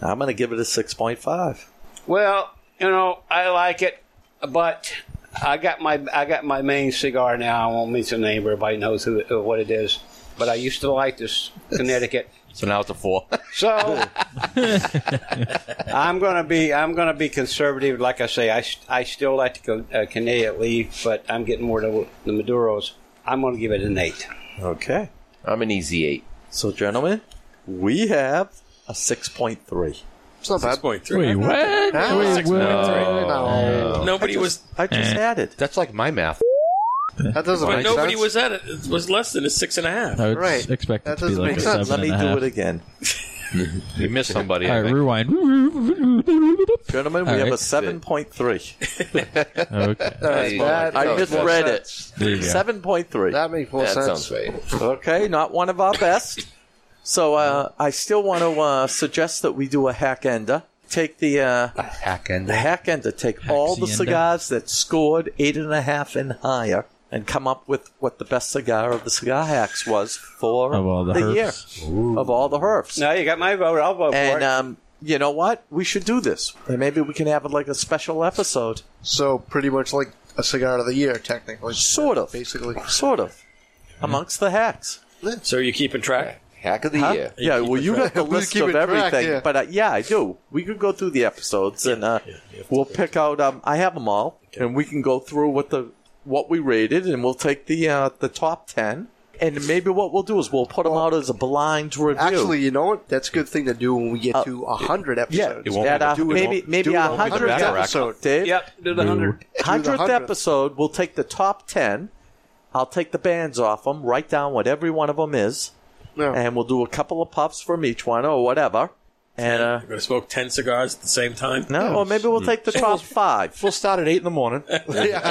I'm going to give it a six point five. Well, you know, I like it, but I got my I got my main cigar now. I won't mention the name. Everybody knows who, who what it is. But I used to like this Connecticut. So now it's a four. So (laughs) I'm gonna be I'm gonna be conservative. Like I say, I, s- I still like to uh, Connecticut leaf, but I'm getting more to the Maduros. I'm gonna give it an eight. Okay. (laughs) I'm an easy eight. So, gentlemen, we have a six point three. It's not bad. Point Wait, what? Ah, Wait, six what? point three. Oh. No. Nobody I just, was- I just Eh. added. That's like my math. That doesn't But make nobody sense. was at it. It was less than a six and a half. I would Right. expect That it to be doesn't like make a sense. Let seven me and a do half. it again. You missed somebody. All I right, think. rewind. Gentlemen, we All have a right. seven point three. Okay. Hey, Uh, that I makes more misread it. sense. There you go. Seven point three. That makes more That sense. sounds right. Okay, not one of our best. So uh, I still want to uh, suggest that we do a hack ender. Take the uh, hack the ender. hack ender. Take all the Haxienda. cigars that scored eight and a half and higher, and come up with what the best cigar of the cigar hacks was for Of all the year herps. of all the herfs. No, you got my vote. I'll vote for And it. um, you know what? We should do this. And maybe we can have like a special episode. So pretty much like a cigar of the year, technically. Sort of. Basically. Sort of. Amongst the hacks. So you're keeping track? Hack of the Huh? year. Yeah, well, you got the We'll list keep of it tracked, everything, yeah. but uh, yeah, I do. We could go through the episodes, and uh, we'll pick out. Um, I have them all, and we can go through what the what we rated, and we'll take the uh, the top ten, and maybe what we'll do is we'll put them out as a blind review. Actually, you know what? That's a good thing to do when we get to a hundred Uh, yeah, episodes. at our- Do it- maybe do maybe it our on the hundredth back rack. episode, Dave. Yep, do the hundred. Hundredth 100th. episode, we'll take the top ten. I'll take the bands off them, write down what every one of them is, Yeah. and we'll do a couple of puffs from each one or whatever. And uh, We're going to smoke 10 cigars at the same time? no, or maybe we'll take the top five. We'll start at eight in the (laughs) morning. Yeah,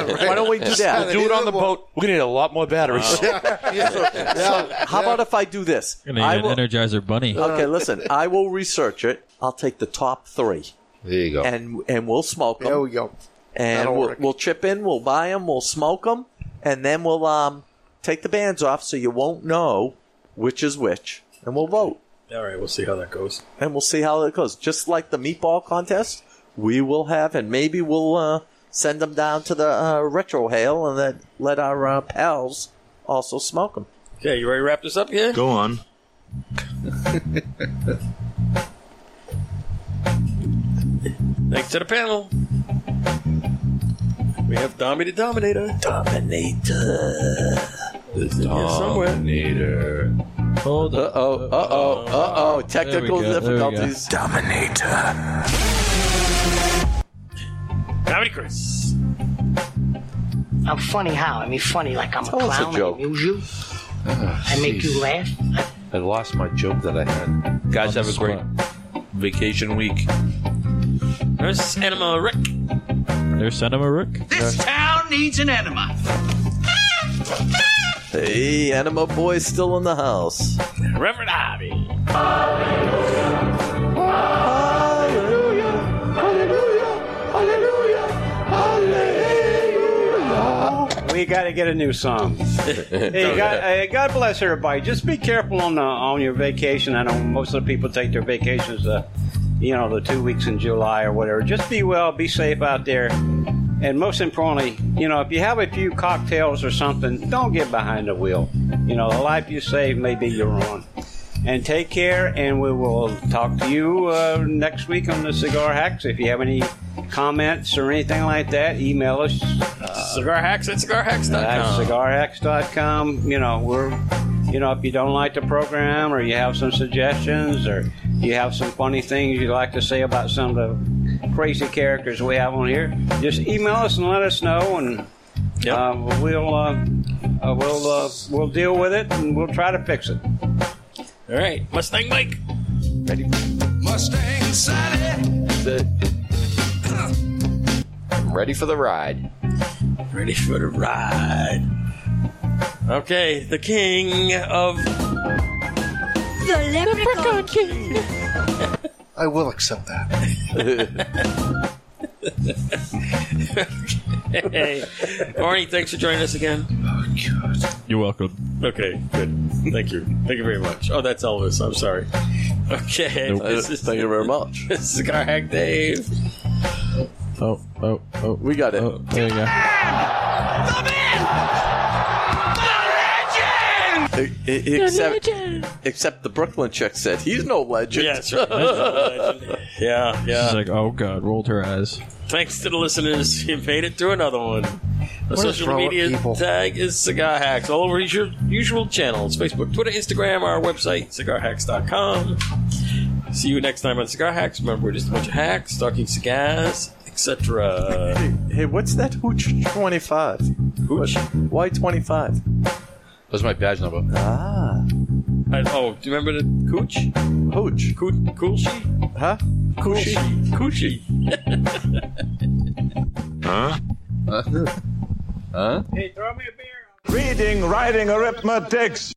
right. Why don't we do that? Do it on the boat. We're gonna need a lot more (laughs) batteries. How about if I do this? Gonna I need will- an Energizer Bunny. okay, listen. I will research it. I'll take the top three, There you go. and and we'll smoke them, There we go. and that'll we'll, work. we'll chip in, we'll buy them, we'll smoke them, and then we'll um take the bands off, so you won't know which is which, and we'll vote, All right, we'll see how that goes. and we'll see how it goes. Just like the meatball contest, we will have, and maybe we'll uh, send them down to the uh, retro hail, and then let our uh, pals also smoke them. Okay, you ready to wrap this up here? Go on. Thanks to the panel. We have Dommy the Dominator. Dominator. Dominator. Hold uh oh, uh oh, uh oh. Technical There we go, there we go. difficulties. Dominator. Comedy Chris. I'm funny how? I mean, funny like I'm Tell a us a clown. joke. Ah, I amuse you. I make you laugh. I lost my joke that I had. Guys, have a great vacation week. Nurse Enema Rick. There's Cinema Rick. This town needs an enema. Hey, Anima Boy still in the house. Reverend Hobby. We got to get a new song. hey, God, hey, God bless everybody. Just be careful on the, on your vacation. I know most of the people take their vacations, uh, you know, the two weeks in July or whatever. Just be well, be safe out there, and most importantly, you know, if you have a few cocktails or something, don't get behind the wheel. You know, the life you save may be your own. And take care, and we will talk to you uh, next week on the Cigar Hacks. If you have any comments or anything like that, email us. Uh, Cigar Hacks at cigarhacks.com. at cigarhacks.com. You know, we're, you know, if you don't like the program or you have some suggestions or you have some funny things you'd like to say about some of the crazy characters we have on here, just email us and let us know, and uh, we'll uh, uh, we'll uh, we'll deal with it and we'll try to fix it. All right, Mustang Mike. Ready? Mustang Sally. I'm ready for the ride. Ready for the ride. Okay, the king of (laughs) The Leprechaun King. I will accept that. hey, Arnie, thanks for joining us again. You're welcome. Okay, good. Thank you. Thank you very much. Oh, that's Elvis. I'm sorry. Okay. Nope. Thank you very much. (laughs) This is Cigar Hack Dave. Oh, oh, oh. (laughs) We got it. there you go. E- e- Except, except the Brooklyn chick said he's no legend. Yes, right. He's no legend. (laughs) Yeah, yeah. She's like, oh god, rolled her eyes. Thanks to the listeners. You made it through another one. The What is social wrong with media people? tag is Cigar Hacks. All over your usual channels Facebook, Twitter, Instagram, our website, cigarhacks.com. See you next time on Cigar Hacks. Remember, we're just a bunch of hacks, talking cigars, etc. Hey, what's that hooch 25? Hooch? Why 25? That's my badge number. Ah. I, oh, do you remember the Cooch? Hooch. Coo- Coolshi? Huh? Coochie. Coochie. Huh? Huh? huh? Reading, writing, arithmetics.